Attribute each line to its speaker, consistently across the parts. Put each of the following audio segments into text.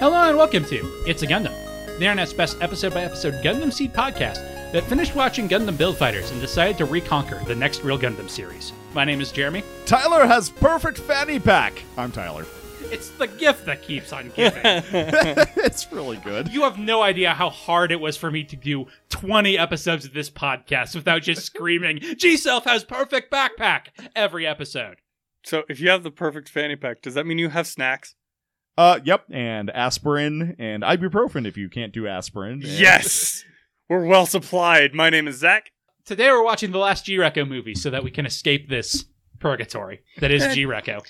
Speaker 1: Hello and welcome to It's a Gundam, the internet's best episode by episode Gundam Seed podcast that finished watching Gundam Build Fighters and decided to reconquer the next real Gundam series. My name is Jeremy.
Speaker 2: Tyler has perfect fanny pack. I'm Tyler.
Speaker 1: It's the gift that keeps on giving.
Speaker 2: it's really good.
Speaker 1: you have no idea how hard it was for me to do 20 episodes of this podcast without just screaming, G Self has perfect backpack every episode.
Speaker 3: So if you have the perfect fanny pack, does that mean you have snacks?
Speaker 2: Uh, yep. And aspirin and ibuprofen if you can't do aspirin. And-
Speaker 3: Yes. We're well supplied. My name is Zach.
Speaker 1: Today we're watching the last G Reco movie so that we can escape this purgatory that is G Reco.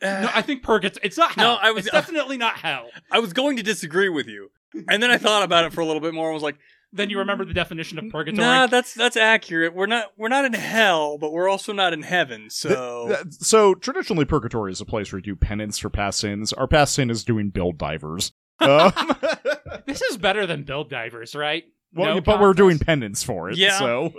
Speaker 1: No, I think purgatory. It's not hell.
Speaker 3: uh, No, I was-
Speaker 1: It's definitely not hell.
Speaker 3: I was going to disagree with you. And then I thought about it for a little bit more and was like,
Speaker 1: Then you remember the definition of purgatory.
Speaker 3: nah, that's that's accurate. We're not we're not in hell, but we're also not in heaven. So
Speaker 2: Th- uh, so traditionally, purgatory is a place where you do penance for past sins. Our past sin is doing build divers. Um,
Speaker 1: this is better than Build Divers, right?
Speaker 2: well,
Speaker 1: No
Speaker 2: but we're
Speaker 1: contest.
Speaker 2: doing penance for it.
Speaker 3: Yeah.
Speaker 2: So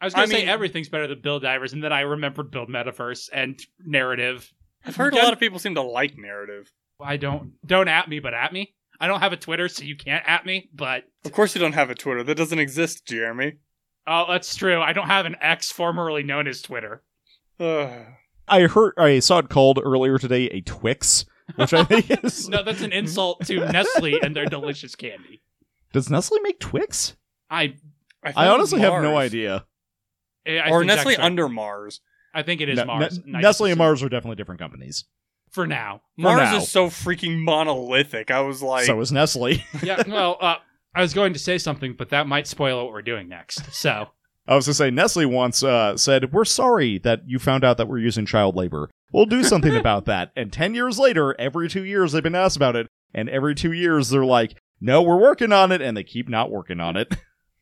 Speaker 1: I was going
Speaker 3: I
Speaker 1: to say
Speaker 3: mean-
Speaker 1: everything's better than Build Divers, and then I remembered Build Metaverse and narrative.
Speaker 3: I've heard a lot of people seem to like narrative.
Speaker 1: I don't don't at me, but at me. I don't have a Twitter, so you can't at me. But
Speaker 3: Of course you don't have a Twitter. That doesn't exist, Jeremy.
Speaker 1: oh, that's true. I don't have an X formerly known as Twitter.
Speaker 3: Ugh.
Speaker 2: I heard, I saw it called earlier today a Twix, which I think is.
Speaker 1: No, that's an insult to Nestle and their delicious candy.
Speaker 2: Does Nestle make Twix?
Speaker 1: I,
Speaker 3: I,
Speaker 2: I
Speaker 3: thought it was
Speaker 2: honestly have no
Speaker 3: Mars.
Speaker 2: idea.
Speaker 1: I I
Speaker 3: Or
Speaker 1: think that's
Speaker 3: Nestle
Speaker 1: right.
Speaker 3: under Mars.
Speaker 1: I think it is
Speaker 2: Ne-
Speaker 1: Mars.
Speaker 2: Ne-
Speaker 1: Nice
Speaker 2: Nestle
Speaker 1: to see.
Speaker 2: and Mars are definitely different companies.
Speaker 1: for now.
Speaker 3: Mars
Speaker 2: now.
Speaker 3: is so freaking monolithic. I was like,
Speaker 2: so is Nestle.
Speaker 1: Yeah. Well, uh, I was going to say something, but that might spoil what we're doing next. So.
Speaker 2: I was gonna say Nestle once uh, said, "We're sorry that you found out that we're using child labor. We'll do something about that." And ten years later, every two years they've been asked about it, and every two years they're like, "No, we're working on it," and they keep not working on it.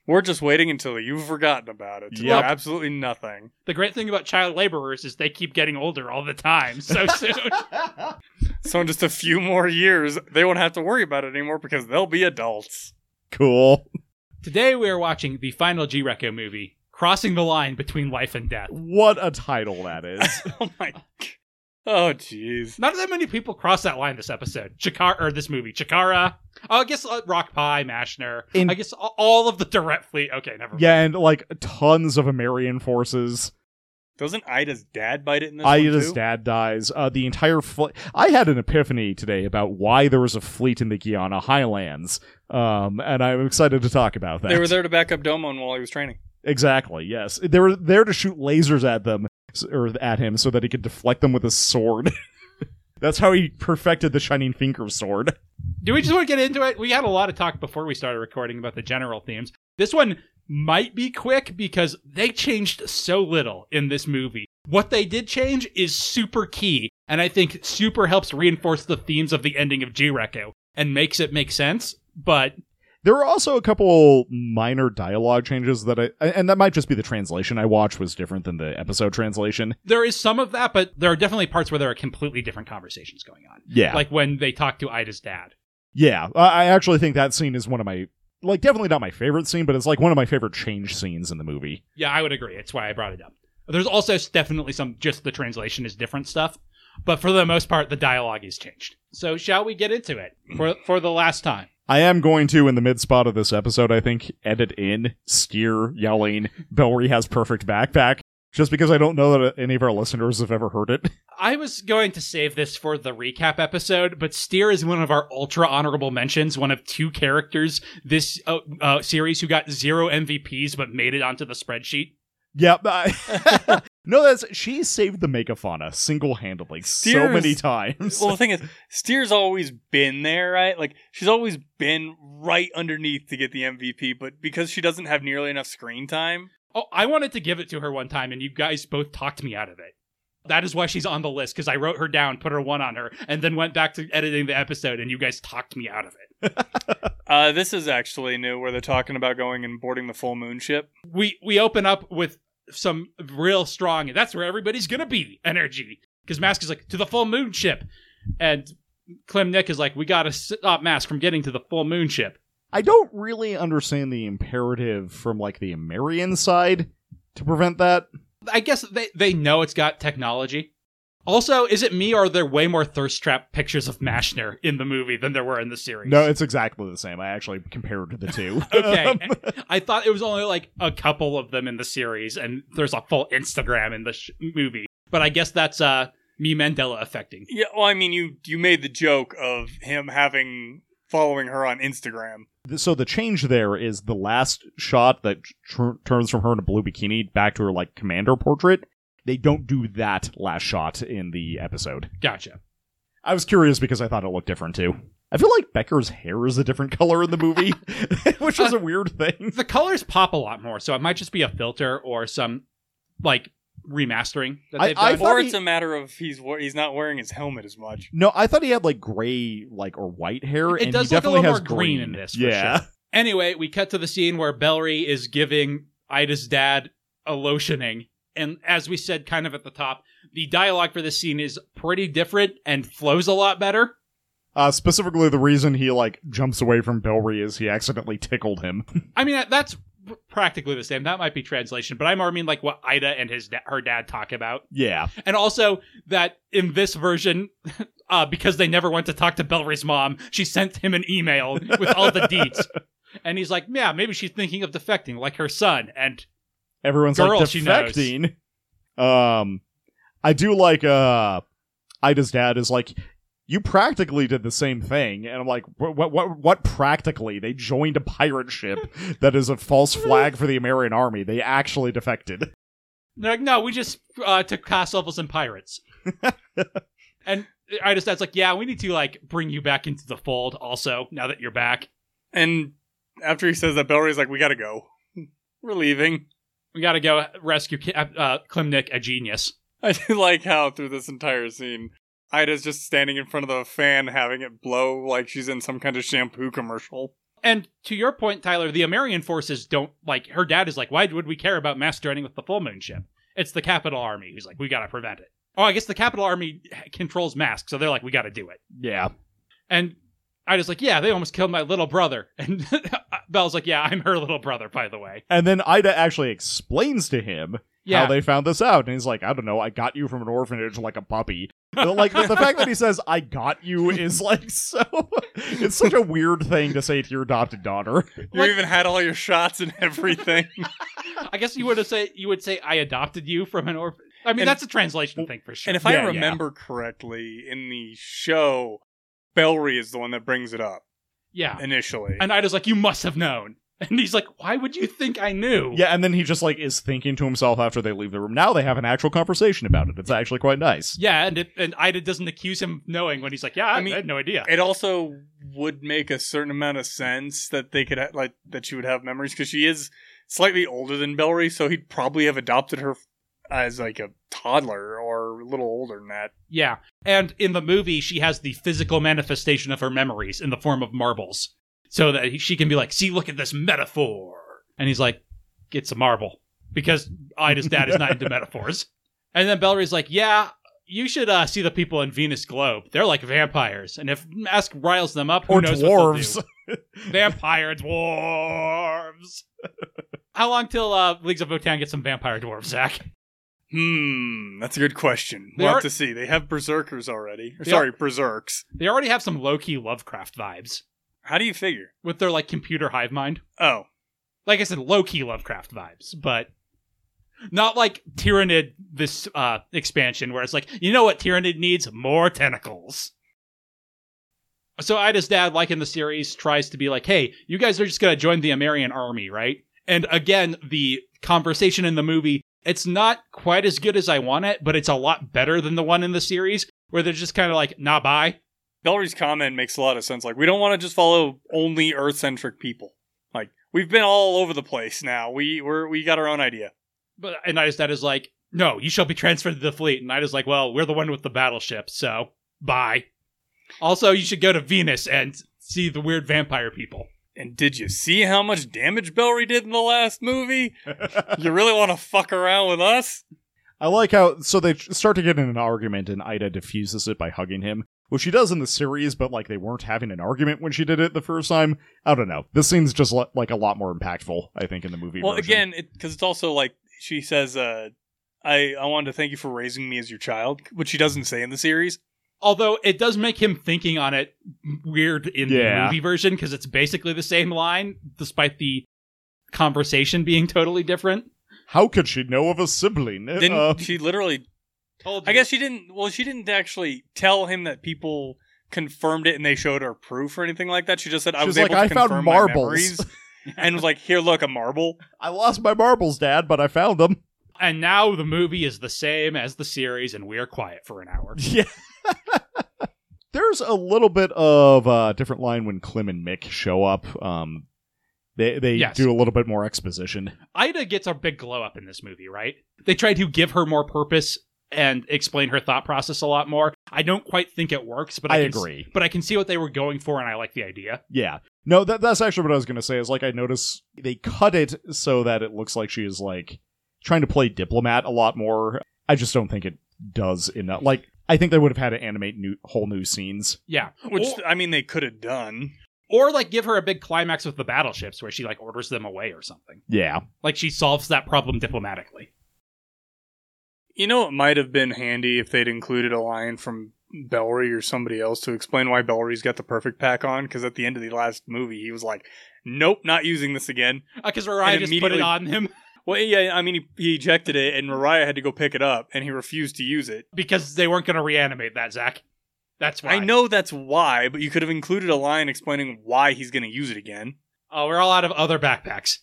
Speaker 3: We're just waiting until you've forgotten about it. To do
Speaker 2: Yep.
Speaker 3: absolutely nothing.
Speaker 1: The great thing about child laborers is they keep getting older all the time. So soon.
Speaker 3: So in just a few more years, they won't have to worry about it anymore because they'll be adults.
Speaker 2: cool.
Speaker 1: Today we are watching the final G Reco movie, Crossing the Line Between Life and Death.
Speaker 2: What a title that is.
Speaker 3: oh my. g- Oh jeez.
Speaker 1: Not that many people cross that line this episode. Chikara, or this movie, Chikara. Oh, I guess uh, Rock Pie, Mashner.
Speaker 2: In-
Speaker 1: I guess a- all of the direct fleet. Okay, never mind.
Speaker 2: yeah, and like tons of Amerian forces.
Speaker 3: Doesn't Ida's dad bite it in this one,
Speaker 2: Aida's
Speaker 3: too?
Speaker 2: dad dies. Uh, the entire fleet. I had an epiphany today about why there was a fleet in the Guiana Highlands, um, and I'm excited to talk about that.
Speaker 3: They were there to back up Domon while he was training.
Speaker 2: Exactly. Yes, they were there to shoot lasers at them s- or at him so that he could deflect them with his sword. That's how he perfected the Shining Finger sword.
Speaker 1: Do we just want to get into it? We had a lot of talk before we started recording about the general themes. This one might be quick because they changed so little in this movie. What they did change is super key, and I think super helps reinforce the themes of the ending of G Reco and makes it make sense. But
Speaker 2: There were also a couple minor dialogue changes that I, and that might just be the translation I watched was different than the episode translation.
Speaker 1: there is some of that, but there are definitely parts where there are completely different conversations going on.
Speaker 2: Yeah,
Speaker 1: Like when they talk to Ida's dad.
Speaker 2: yeah. I, I actually think that scene is one of my like definitely not my favorite scene, but it's like one of my favorite change scenes in the movie.
Speaker 1: Yeah, I would agree. It's why I brought it up. There's also definitely some just the translation is different stuff, but for the most part, the dialogue is changed. So shall we get into it for for the last time?
Speaker 2: I am going to, in the mid spot of this episode, I think, edit in steer yelling, Bellry has perfect backpack, just because I don't know that any of our listeners have ever heard it.
Speaker 1: I was going to save this for the recap episode, but Steer is one of our ultra honorable mentions, one of two characters this uh, uh, series who got zero MVPs but made it onto the spreadsheet.
Speaker 2: yep. I- no, that's she saved the megafauna single handedly so
Speaker 3: Steers-
Speaker 2: many times.
Speaker 3: Well, the thing is, Steer's always been there, right? Like she's always been right underneath to get the MVP, but because she doesn't have nearly enough screen time,
Speaker 1: Oh, I wanted to give it to her one time, and you guys both talked me out of it. That is why she's on the list, because I wrote her down, put her one on her, and then went back to editing the episode, and you guys talked me out of it.
Speaker 3: uh, this is actually new, where they're talking about going and boarding the full moon ship.
Speaker 1: We we open up with some real strong, that's where everybody's gonna be energy. Because Mask is like, to the full moon ship. And Clem Nick is like, we gotta stop Mask from getting to the full moon ship.
Speaker 2: I don't really understand the imperative from like the Amerian side to prevent that.
Speaker 1: I guess they, they know it's got technology. Also, is it me or are there way more thirst trap pictures of Mashner in the movie than there were in the series?
Speaker 2: No, it's exactly the same. I actually compared the two. Um,
Speaker 1: Okay. I thought it was only like a couple of them in the series, and there's a full Instagram in the sh- movie. But I guess that's uh, me Mandela affecting.
Speaker 3: Yeah, well, I mean, you you made the joke of him having following her on Instagram.
Speaker 2: so the change there is the last shot that tr- turns from her in a blue bikini back to her like commander portrait. They don't do that last shot in the episode.
Speaker 1: Gotcha.
Speaker 2: I was curious because I thought it looked different too. I feel like Becker's hair is a different color in the movie, which is a weird thing.
Speaker 1: The colors pop a lot more, so it might just be a filter or some like remastering that
Speaker 2: I-
Speaker 1: they've
Speaker 2: I
Speaker 1: done.
Speaker 2: thought
Speaker 3: Or
Speaker 2: he-
Speaker 3: it's a matter of he's wa- he's not wearing his helmet as much.
Speaker 2: No, I thought he had like gray, like or white hair.
Speaker 1: It
Speaker 2: and
Speaker 1: does
Speaker 2: he
Speaker 1: look a
Speaker 2: definitely
Speaker 1: little
Speaker 2: has
Speaker 1: more green in this, for
Speaker 2: yeah,
Speaker 1: Anyway, we cut to the scene where Bellry is giving Ida's dad a lotioning. And as we said kind of at the top, the dialogue for this scene is pretty different and flows a lot better.
Speaker 2: uh, specifically the reason he like jumps away from Belry is he accidentally tickled him.
Speaker 1: I mean, that's practically the same. That might be translation, but I more mean like what Ida and his da- her dad talk about.
Speaker 2: yeah,
Speaker 1: And also that in this version, uh, because they never went to talk to Bellry's mom, she sent him an email with all the deets. And he's like, yeah, maybe she's thinking of defecting like her son. And
Speaker 2: Everyone's
Speaker 1: Girl,
Speaker 2: like
Speaker 1: she knows.
Speaker 2: defecting. Um, I do like uh, Ida's dad is like, you practically did the same thing, and I'm like, what, what, what, what practically? They joined a pirate ship that is a false flag for the American army. They actually defected.
Speaker 1: They're like, no, we just uh, took class levels and pirates. and I just that's like, yeah, we need to like bring you back into the fold. Also, now that you're back,
Speaker 3: And after he says that, Bellry's like, "We gotta go. We're leaving."
Speaker 1: we got to go rescue Ki- uh, Klimnik, a genius.
Speaker 3: I do like how through this entire scene, Ida's just standing in front of the fan, having it blow like she's in some kind of shampoo commercial.
Speaker 1: And to your point, Tyler, the Amerian forces don't like her dad is like, why would we care about masturbating with the full moon ship? It's the capital army who's like, we got to prevent it. Oh, I guess the capital army controls masks, so they're like, we got to do it.
Speaker 2: Yeah,
Speaker 1: And I just like, yeah, they almost killed my little brother. And Belle's like, yeah, I'm her little brother, by the way.
Speaker 2: and then Ida actually explains to him
Speaker 1: Yeah.
Speaker 2: how they found this out, and he's like, I don't know, I got you from an orphanage like a puppy. But, like the, the fact that he says I got you is like so. it's such a weird thing to say to your adopted daughter.
Speaker 3: You
Speaker 1: Like-
Speaker 3: even had all your shots and everything.
Speaker 1: I guess you would have say you would say I adopted you from an orphan. I mean,
Speaker 3: And-
Speaker 1: that's a translation thing for sure.
Speaker 3: And if
Speaker 2: Yeah,
Speaker 3: I
Speaker 2: yeah.
Speaker 3: remember correctly, in the show, Bellry is the one that brings it up
Speaker 1: yeah,
Speaker 3: initially.
Speaker 1: and Ida's like, you must have known, and he's like, why would you think I knew?
Speaker 2: Yeah, and then he just like is thinking to himself after they leave the room. Now they have an actual conversation about it. It's actually quite nice.
Speaker 1: yeah, and it, and Ida doesn't accuse him of knowing when he's like, yeah, I,
Speaker 3: I mean-
Speaker 1: I had no idea.
Speaker 3: it also would make a certain amount of sense that they could ha- like that she would have memories because she is slightly older than Bellry, so he'd probably have adopted her as like a toddler or a little older than that.
Speaker 1: yeah, and in the movie, she has the physical manifestation of her memories in the form of marbles, so that he- she can be like, see, look at this metaphor, and he's like, it's a marble because Ida's dad is not into metaphors, and then Bellary's like, yeah. You should uh, see the people in Venus Globe. They're like vampires, and if Mask riles them up, who
Speaker 2: Or
Speaker 1: knows what they'll do?
Speaker 2: dwarves.
Speaker 1: Vampire dwarves. How long till uh, Leagues of Votan get some vampire dwarves, Zach?
Speaker 3: Hmm, that's a good question.
Speaker 1: They
Speaker 3: We'll
Speaker 1: are-
Speaker 3: have to see. They have berserkers already. Or,
Speaker 1: They
Speaker 3: sorry, berserks.
Speaker 1: They already have some low key Lovecraft vibes
Speaker 3: How do you figure?
Speaker 1: with their like computer hive mind.
Speaker 3: Oh,
Speaker 1: Like I said, low key Lovecraft vibes, but not like Tyranid this uh, expansion where it's like, you know what Tyranid needs? More tentacles. So Ida's dad, like in the series, tries to be like, hey, you guys are just going to join the Amerian army, right? And again, the conversation in the movie, it's not quite as good as I want it, but it's a lot better than the one in the series where they're just kind of like, nah, bye.
Speaker 3: Bellry's comment makes a lot of sense. Like, we don't want to just follow only Earth centric people. Like, we've been all over the place now. We we're, we got our own idea.
Speaker 1: But, and Ida's dad is like, no, you shall be transferred to the fleet. And Ida's like, well, we're the one with the battleship, so bye. Also, you should go to Venus and see the weird vampire people.
Speaker 3: And did you see how much damage Bellry did in the last movie? You really want to fuck around with us?
Speaker 2: I like how so they start to get in an argument and Ida diffuses it by hugging him, which she does in the series, but like they weren't having an argument when she did it the first time. I don't know. This scene's just li- like a lot more impactful, I think, in the movie.
Speaker 3: Well,
Speaker 2: version.
Speaker 3: again, because it's also like she says, uh, I, I wanted to thank you for raising me as your child, which he doesn't say in the series.
Speaker 1: Although it does make him thinking on it weird in the
Speaker 2: Yeah.
Speaker 1: movie version because it's basically the same line, despite the conversation being totally different.
Speaker 2: How could she know of a sibling?
Speaker 3: Then
Speaker 2: Uh,
Speaker 3: she literally
Speaker 1: Told
Speaker 3: I
Speaker 1: you.
Speaker 3: guess she didn't. Well, she didn't actually tell him that people confirmed it and they showed her proof or anything like that. She just said, "I
Speaker 2: She
Speaker 3: was,
Speaker 2: was like,
Speaker 3: able to
Speaker 2: "I found
Speaker 3: confirm my
Speaker 2: marbles."
Speaker 3: memories," and was like, "Here, look, a marble."
Speaker 2: I lost my marbles, Dad, but I found them.
Speaker 1: And now the movie is the same as the series, and we're quiet for an hour.
Speaker 2: Yeah. There's a little bit of uh, different line when Clem and Mick show up. Um, they they
Speaker 1: Yes.
Speaker 2: do a little bit more exposition.
Speaker 1: Ida gets a big glow up in this movie, right? They try to give her more purpose and explain her thought process a lot more. I don't quite think it works, but I,
Speaker 2: I
Speaker 1: can s-
Speaker 2: agree.
Speaker 1: but I can see what they were going for, and I like the idea.
Speaker 2: Yeah. No, that that's actually what I was gonna say. Is like I notice they cut it so that it looks like she is like trying to play diplomat a lot more. I just don't think it does enough. Like I think they would have had to animate new whole new scenes.
Speaker 1: Yeah,
Speaker 3: Which
Speaker 1: Or-
Speaker 3: I mean, they could have done.
Speaker 1: or like give her a big climax with the battleships where she like orders them away or something.
Speaker 2: Yeah.
Speaker 1: Like she solves that problem diplomatically.
Speaker 3: You know, it might have been handy if they'd included a line from Bellry or somebody else to explain why Bellry's got the perfect pack on. Because at the end of the last movie, he was like, "Nope, not using this again."
Speaker 1: Because Mariah
Speaker 3: And
Speaker 1: Uh, just put it
Speaker 3: immediately-
Speaker 1: on him
Speaker 3: Well, yeah, I mean, he, he ejected it, and Mariah had to go pick it up, and he refused to use it.
Speaker 1: because they weren't going to reanimate that Zach. That's why
Speaker 3: I know that's why, but you could have included a line explaining why he's going to use it again.
Speaker 1: Oh, we're all out of other backpacks.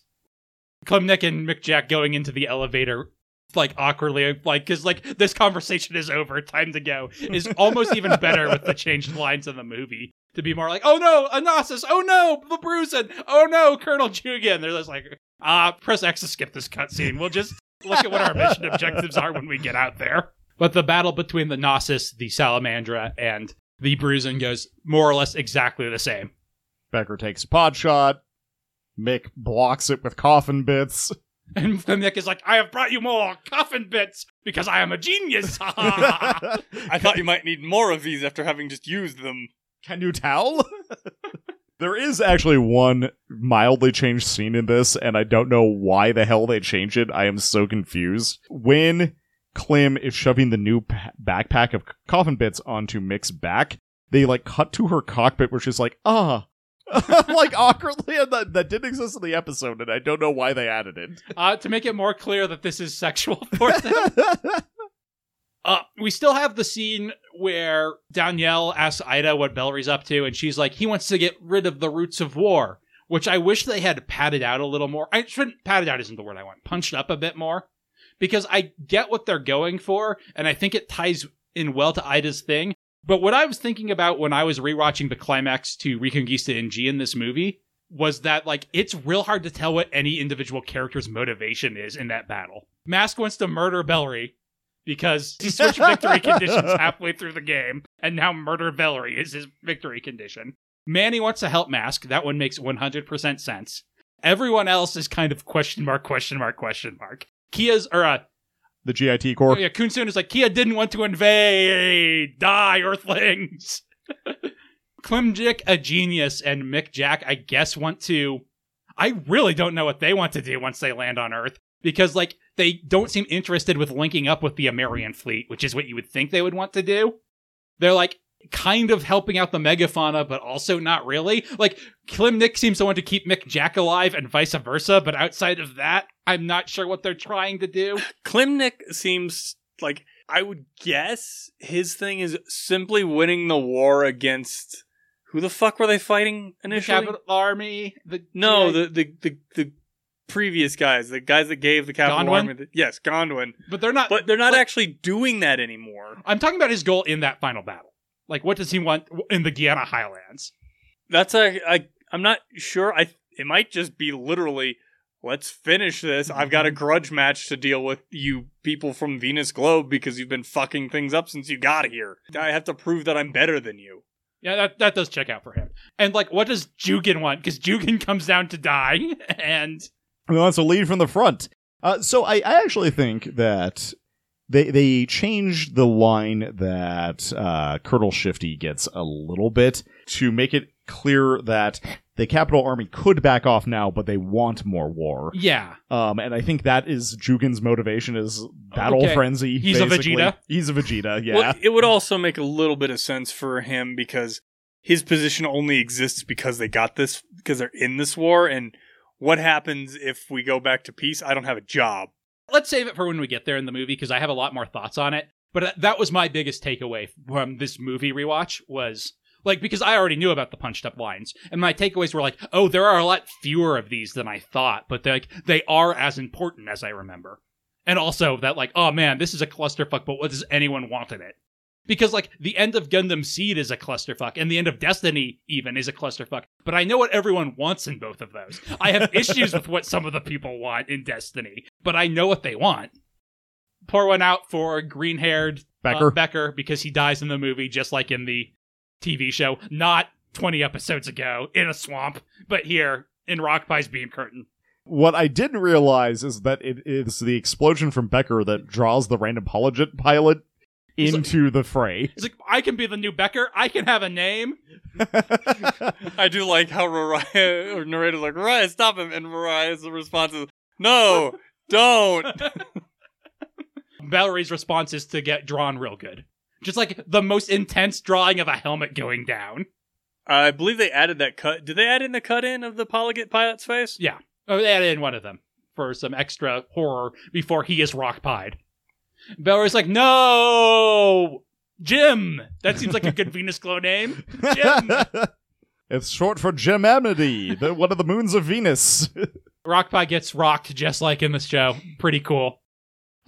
Speaker 1: Klumnick and McJack going into the elevator, like awkwardly, like because like this conversation is over, time to go, is almost even better with the changed lines in the movie. To be more like, oh no, Anasis, oh no, the Bruisin, oh no, Colonel Jugin. They're just like, ah, press X to skip this cutscene. We'll just look at what our mission objectives are when we get out there. But the battle between the Gnosis, the Salamandra, and the Bruisin goes more or less exactly the same.
Speaker 2: Becker takes a pod shot. Mick blocks it with coffin bits.
Speaker 1: And then Nick is like, I have brought you more coffin bits because I am a genius. Uh, and
Speaker 3: I thought you might need more of these after having just used them.
Speaker 2: Can you tell? there is actually one mildly changed scene in this, and I don't know why the hell they changed it. I am so confused. When Clem is shoving the new pa- backpack of c- coffin bits onto Mick's back, they like cut to her cockpit where she's like, ah. like awkwardly, and that, that didn't exist in the episode, and I don't know why they added
Speaker 1: uh, to make it more clear that this is sexual for them,
Speaker 2: it.
Speaker 1: uh, we still have the scene where Danielle asks Ida what Bellary's up to, and she's like, he wants to get rid of the roots of war, which I wish they had padded out a little more. I shouldn't, padded out isn't the word I want, punched up a bit more because I get what they're going for, and I think it ties in well to Ida's thing. But what I was thinking about when I was rewatching the climax to Reconquista and G in this movie was that like it's real hard to tell what any individual character's motivation is in that battle. Mask wants to murder Bellary because he switched victory conditions halfway through the game, and now murder Bellary is his victory condition. Manny wants to help Mask. That one makes 100% sense. Everyone else is kind of question mark, question mark, question mark. Kia's, or uh,
Speaker 2: the GIT
Speaker 1: Oh,
Speaker 2: Corps.
Speaker 1: yeah, Kunsun is like, Kia didn't want to invade. Die, Earthlings. Klimjik, a genius, and Mick Jack, I guess, want to. I really don't know what they want to do once they land on Earth because, like, they don't seem interested with linking up with the Amerian fleet, which is what you would think they would want to do. They're like kind of helping out the megafauna, but also not really. Like, Klimnik seems to want to keep Mick Jack alive and vice versa, but outside of that, I'm not sure what they're trying to do.
Speaker 3: Klimnik seems like I would guess his thing is simply winning the war against who the fuck were they fighting initially?
Speaker 1: Capital Army. The
Speaker 3: no,
Speaker 1: GI
Speaker 3: the, the the the previous guys, the guys that gave the capital
Speaker 1: Gondwan?
Speaker 3: army. The, yes, Gondwin,
Speaker 1: but they're not.
Speaker 3: but they're not
Speaker 1: Like-
Speaker 3: actually doing that anymore.
Speaker 1: I'm talking about his goal in that final battle. Like, what does he want in the Guiana Highlands?
Speaker 3: That's a I I'm not sure. I it might just be literally let's finish this. I've got a grudge match to deal with you people from Venus Globe because you've been fucking things up since you got here. I have to prove that I'm better than you.
Speaker 1: Yeah, that, that does check out for him. And like, what does Jugin want? Because Jugin comes down to die, and
Speaker 2: Who wants to lead from the front? Uh, so I, I actually think that they they changed the line that uh, Colonel Shifty gets a little bit to make it clear that the capital army could back off now, but they want more war.
Speaker 1: Yeah.
Speaker 2: Um, and I think that is Jugin's motivation is battle
Speaker 1: Okay.
Speaker 2: frenzy.
Speaker 1: He's a
Speaker 2: basically.
Speaker 1: Vegeta.
Speaker 2: He's a Vegeta. Yeah.
Speaker 3: Well, it would also make a little bit of sense for him because his position only exists because they got this because they're in this war and what happens if we go back to peace? I don't have a job.
Speaker 1: Let's save it for when we get there in the movie because I have a lot more thoughts on it. But that- that was my biggest takeaway from this movie rewatch was like because I already knew about the punched up lines and my takeaways were like, "Oh, there are a lot fewer of these than I thought, but they're like they are as important as I remember." And also that like, "Oh man, this is a clusterfuck, but what does anyone want in it?" Because like the end of Gundam Seed is a clusterfuck and the end of Destiny even is a clusterfuck, but I know what everyone wants in both of those. I have issues with what some of the people want in Destiny, but I know what they want. Pour one out for green-haired uh,
Speaker 2: Becker.
Speaker 1: Becker because he dies in the movie just like in the TV show, not 20 episodes ago in a swamp, but here in Rock Pie's beam curtain.
Speaker 2: What I didn't realize is that it is the explosion from Becker that draws the random pilot pilot
Speaker 1: He's like-
Speaker 2: into the fray.
Speaker 1: He's like, I can be the new Becker. I can have a name.
Speaker 3: I do like how Mariah or narrator like Mariah, stop him, and Mariah's response is no, don't.
Speaker 1: Valerie's response is to get drawn real good. Just like the most intense drawing of a helmet going down.
Speaker 3: I believe they added that cut. Did they add in the cut in of the Polygot pilot's face?
Speaker 1: Oh, they added in one of them for some extra horror before he is rock pied. Valerie's like, no, Jim. That seems like a good Venus Glow name. Jim.
Speaker 2: it's short for Jim Amity, the, one of the moons of Venus.
Speaker 1: Rock Pie gets rocked just like in this show. Pretty cool.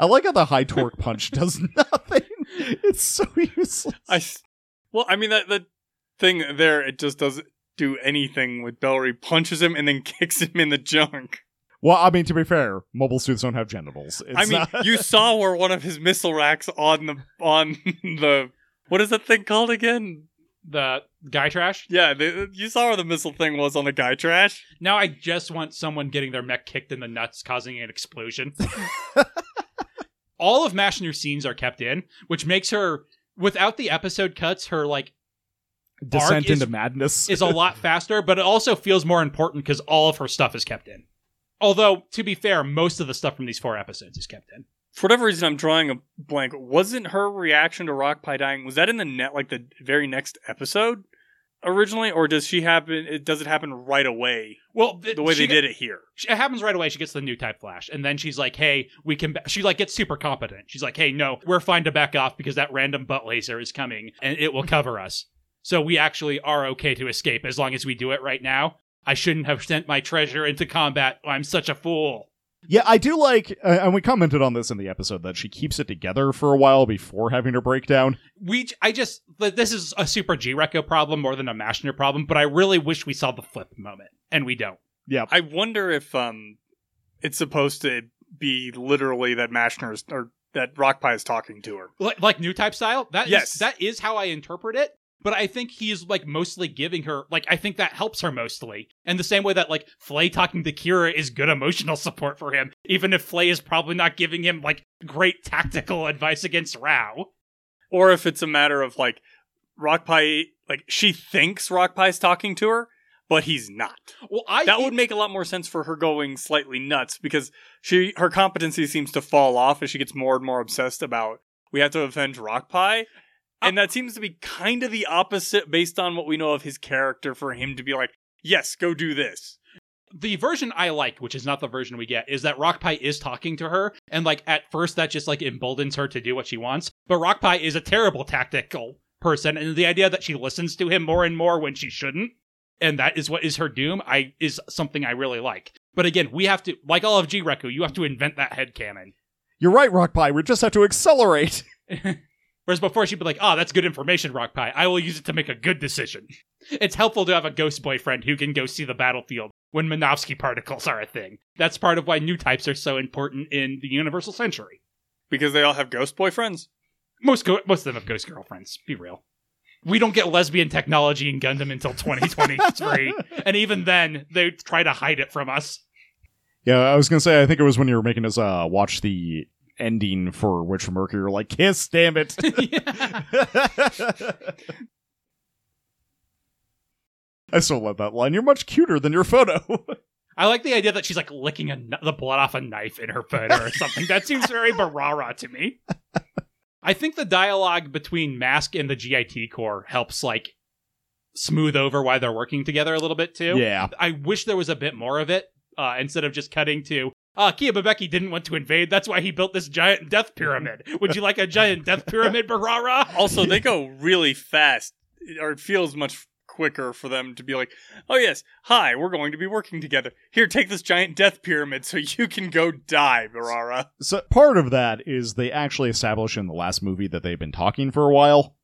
Speaker 2: I like how the high torque punch does nothing. It's so useless.
Speaker 3: I s- well, I mean that that thing there, it just doesn't do anything. With Bellary punches him and then kicks him in the junk.
Speaker 2: well, I mean, to be fair, mobile suits don't have genitals. It's
Speaker 3: I mean,
Speaker 2: not-
Speaker 3: you saw where one of his missile racks on the on the what is that thing called again?
Speaker 1: The guy trash.
Speaker 3: Yeah, the, you saw where the missile thing was on the guy trash.
Speaker 1: Now I just want someone getting their mech kicked in the nuts, causing an explosion. All of Mashner's scenes are kept in, which makes her, without the episode cuts, her like
Speaker 2: descent
Speaker 1: is-
Speaker 2: into madness.
Speaker 1: is a lot faster, but it also feels more important because all of her stuff is kept in. Although, to be fair, most of the stuff from these four episodes is kept in.
Speaker 3: For whatever reason, I'm drawing a blank. Wasn't her reaction to Rock Pie dying? Was that in the net like the very next episode originally, or does she happen? It does it happen right away
Speaker 1: Well,
Speaker 3: the way they did it here?
Speaker 1: she, it happens right away. She gets the new type flash, and then she's like, "Hey, we can." ba-" She like gets super competent. She's like, "Hey, no, we're fine to back off because that random butt laser is coming and it will cover us. So we actually are okay to escape as long as we do it right now. I shouldn't have sent my treasure into combat. I'm such a fool."
Speaker 2: Yeah, I do like, uh, and we commented on this in the episode that she keeps it together for a while before having her breakdown.
Speaker 1: We, j- I just, th- this is a super G Reco problem more than a Mashner problem, but I really wish we saw the flip moment, and we don't.
Speaker 3: I wonder if um, it's supposed to be literally that Mashner is, or that Rock Pie is talking to her.
Speaker 1: like, like new type style that is-
Speaker 3: Yes.
Speaker 1: that is how i interpret it but i think he's like mostly giving her like i think that helps her mostly and the same way that like flay talking to kira is good emotional support for him even if flay is probably not giving him like great tactical advice against rao
Speaker 3: or if it's a matter of like Rock Pie, like she thinks Rock Pie's talking to her, but he's not.
Speaker 1: well i
Speaker 3: That would make a lot more sense for her going slightly nuts because she her competency seems to fall off as she gets more and more obsessed about we have to avenge Rock Pie. And that seems to be kind of the opposite based on what we know of his character for him to be like, yes, go do this.
Speaker 1: the version I like, which is not the version we get, is that Rock Pie is talking to her, and like at first that just like emboldens her to do what she wants. But Rock Pie is a terrible tactical person, and the idea that she listens to him more and more when she shouldn't, and that is what is her doom, I is something I really like. But again, we have to like all of G Reku, you have to invent that headcanon.
Speaker 2: You're right, Rock Pie. We just have to accelerate.
Speaker 1: Whereas before she'd be like, oh, that's good information, Rock Pie. I will use it to make a good decision. It's helpful to have a ghost boyfriend who can go see the battlefield when Minovsky particles are a thing. That's part of why new types are so important in the Universal Century.
Speaker 3: Because they all have ghost boyfriends.
Speaker 1: Most, go- most of them have ghost girlfriends, be real. We don't get lesbian technology in Gundam until 2023, and even then, they try to hide it from us.
Speaker 2: Yeah, I was gonna say. I think it was when you were making us uh, watch the ending for Witch from Mercury. You're like, kiss, damn it. I still love that line. You're much cuter than your photo.
Speaker 1: I like the idea that she's like licking a, kn- the blood off a knife in her photo or something. that seems very Barara to me. I think the dialogue between Mask and the GIT Corps helps like smooth over why they're working together a little bit too.
Speaker 2: yeah.
Speaker 1: I wish there was a bit more of it uh, instead of just cutting to. Uh, Kiyobebeki didn't want to invade. That's why he built this giant death pyramid. Would you like a giant death pyramid, Barara?
Speaker 3: Also, they go really fast, or it feels much quicker for them to be like, "Oh yes, hi, we're going to be working together. Here, take this giant death pyramid, so you can go die, Barara."
Speaker 2: So part of that is they actually establish in the last movie that they've been talking for a while.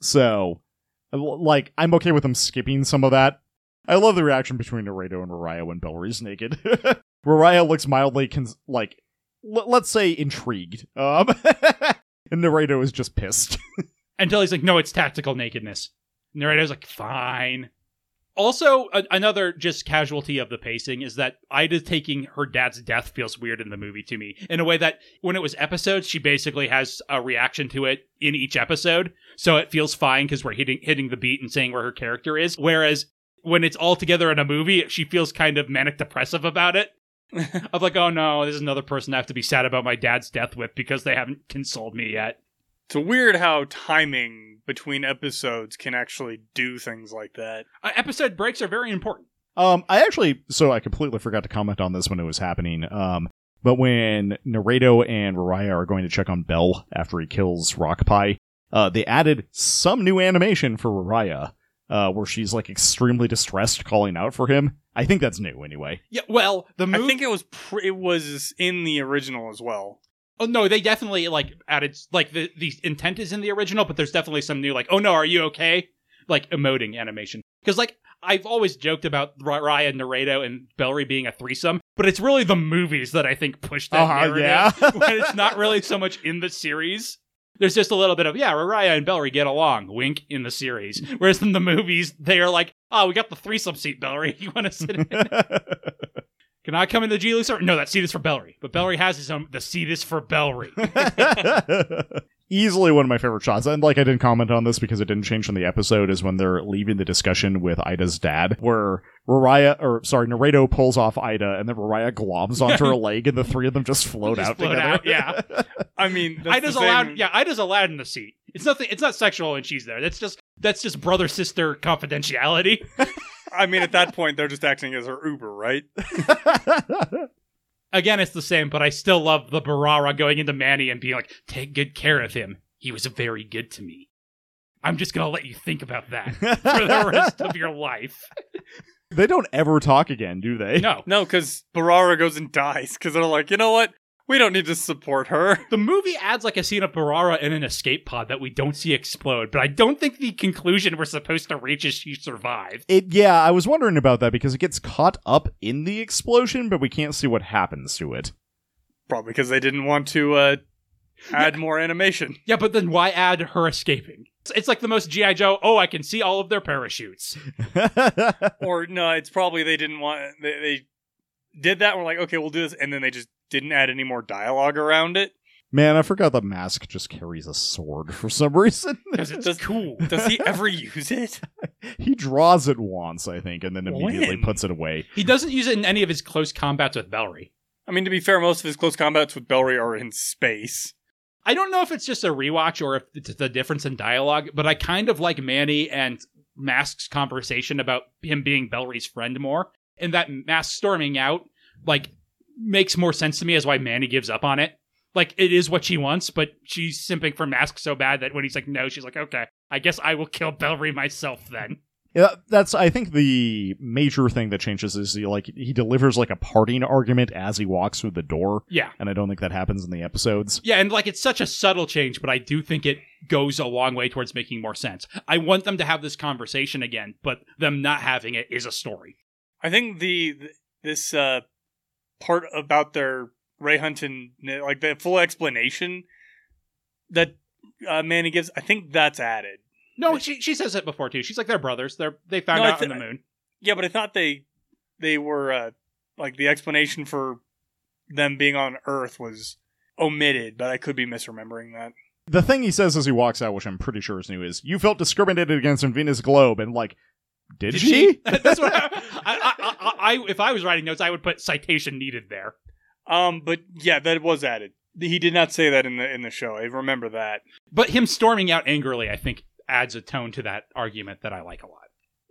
Speaker 2: So, l- like, I'm okay with them skipping some of that. I love the reaction between Naruto and Raya when Bellry's naked. Raya looks mildly, cons- like, l- let's say intrigued. Um, and Naruto is just pissed.
Speaker 1: Until he's like, no, it's tactical nakedness. Narrator's like, fine. Also, a- another just casualty of the pacing is that Ida taking her dad's death feels weird in the movie to me in a way that when it was episodes, she basically has a reaction to it in each episode. So it feels fine because we're hitting, hitting the beat and saying where her character is. Whereas when it's all together in a movie, she feels kind of manic depressive about it. of like, oh no, this is another person I have to be sad about my dad's death with because they haven't consoled me yet.
Speaker 3: It's weird how timing between episodes can actually do things like that.
Speaker 1: Uh, episode breaks are very important.
Speaker 2: Um, I actually, so I completely forgot to comment on this when it was happening. Um, but when Naruto and Raya are going to check on Bell after he kills Rock Pie, uh, they added some new animation for Raya, uh, where she's like extremely distressed, calling out for him. I think that's new anyway.
Speaker 1: Yeah, well, the movie.
Speaker 3: I think it was pr- it was in the original as well.
Speaker 1: oh no, they definitely like added like the the intent is in the original, but there's definitely some new like, oh no, are you okay? Like emoting animation because like I've always joked about Ra- Raya, Naruto, and Bellry being a threesome, but it's really the movies that I think push that
Speaker 2: Uh-huh,
Speaker 1: narrative. when it's not really so much in the series. There's just a little bit of yeah, Raya and Bellry get along, wink in the series. Whereas in the movies, they are like, oh, we got the threesome seat, Bellry. You want to sit in? Can I come into the G League? sir? No, that seat is for Bellry. But Bellry has his own. The seat is for Bellry.
Speaker 2: Easily one of my favorite shots, and like I didn't comment on this because it didn't change from the episode, is when they're leaving the discussion with Ida's dad, where Raraya, or sorry, Naruto pulls off Ida, and then Raraya gloms onto her leg, and the three of them just float
Speaker 1: Just
Speaker 2: out
Speaker 1: float
Speaker 2: together.
Speaker 1: out, yeah.
Speaker 3: I mean, that's
Speaker 1: Ida's
Speaker 3: the same-
Speaker 1: allowed. Yeah, Ida's allowed in the seat. It's nothing. It's not sexual when she's there. That's just that's just brother sister confidentiality.
Speaker 3: I mean, at that point, they're just acting as her Uber, right?
Speaker 1: Again, it's the same, but I still love the Barara going into Manny and being like, "Take good care of him. He was very good to me. I'm just gonna let you think about that for the rest of your life."
Speaker 2: they don't ever talk again, do they?
Speaker 1: No,
Speaker 3: No, because Barara goes and dies because they're like, you know what? We don't need to support her.
Speaker 1: The movie adds like a scene of Barara in an escape pod that we don't see explode, but I don't think the conclusion we're supposed to reach is she survived.
Speaker 2: It yeah, I was wondering about that because it gets caught up in the explosion, but we can't see what happens to it.
Speaker 3: Probably because they didn't want to uh, add more animation.
Speaker 1: Yeah, but then why add her escaping? It's, it's like the most G.I. Joe, oh, I can see all of their parachutes.
Speaker 3: Or no, it's probably they didn't want they, they did that. And we're like, okay, we'll do this, and then they just didn't add any more dialogue around it.
Speaker 2: Man, I forgot the mask just carries a sword for some reason.
Speaker 1: Because it's
Speaker 3: Does-
Speaker 1: cool.
Speaker 3: Does he ever use it?
Speaker 2: he draws it once, I think, and then immediately
Speaker 3: When?
Speaker 2: puts it away.
Speaker 1: He doesn't use it in any of his close combats with Valerie.
Speaker 3: I mean, to be fair, most of his close combats with Bellry are in space.
Speaker 1: I don't know if it's just a rewatch or if it's the difference in dialogue, but I kind of like Manny and Mask's conversation about him being Bellry's friend more, and that Mask storming out like makes more sense to me as why Manny gives up on it. Like it is what she wants, but she's simping for Mask so bad that when he's like no, she's like okay, I guess I will kill Bellry myself then.
Speaker 2: Yeah, that's I think the major thing that changes is he like he delivers like a parting argument as he walks through the door,
Speaker 1: Yeah.
Speaker 2: and I don't think that happens in the episodes.
Speaker 1: Yeah, and like it's such a subtle change, but I do think it goes a long way towards making more sense. I want them to have this conversation again, but them not having it is a story.
Speaker 3: I think the th- this uh, part about their Ray Hunt and like the full explanation that uh, Manny gives, I think that's added.
Speaker 1: No, she she says it before too. She's like they're brothers. They're they found
Speaker 3: No, I
Speaker 1: out
Speaker 3: thi-
Speaker 1: on the moon.
Speaker 3: Yeah, but I thought they they were uh, like the explanation for them being on Earth was omitted, but I could be misremembering that.
Speaker 2: The thing he says as he walks out, which I'm pretty sure is new, is you felt discriminated against in Venus Globe, and like Did,
Speaker 1: Did
Speaker 2: she?
Speaker 1: That's what I, I, I, I, I- if I was writing notes, I would put citation needed there.
Speaker 3: Um, but yeah, that was added. He did not say that in the in the show. I remember that.
Speaker 1: But him storming out angrily, I think, adds a tone to that argument that I like a lot.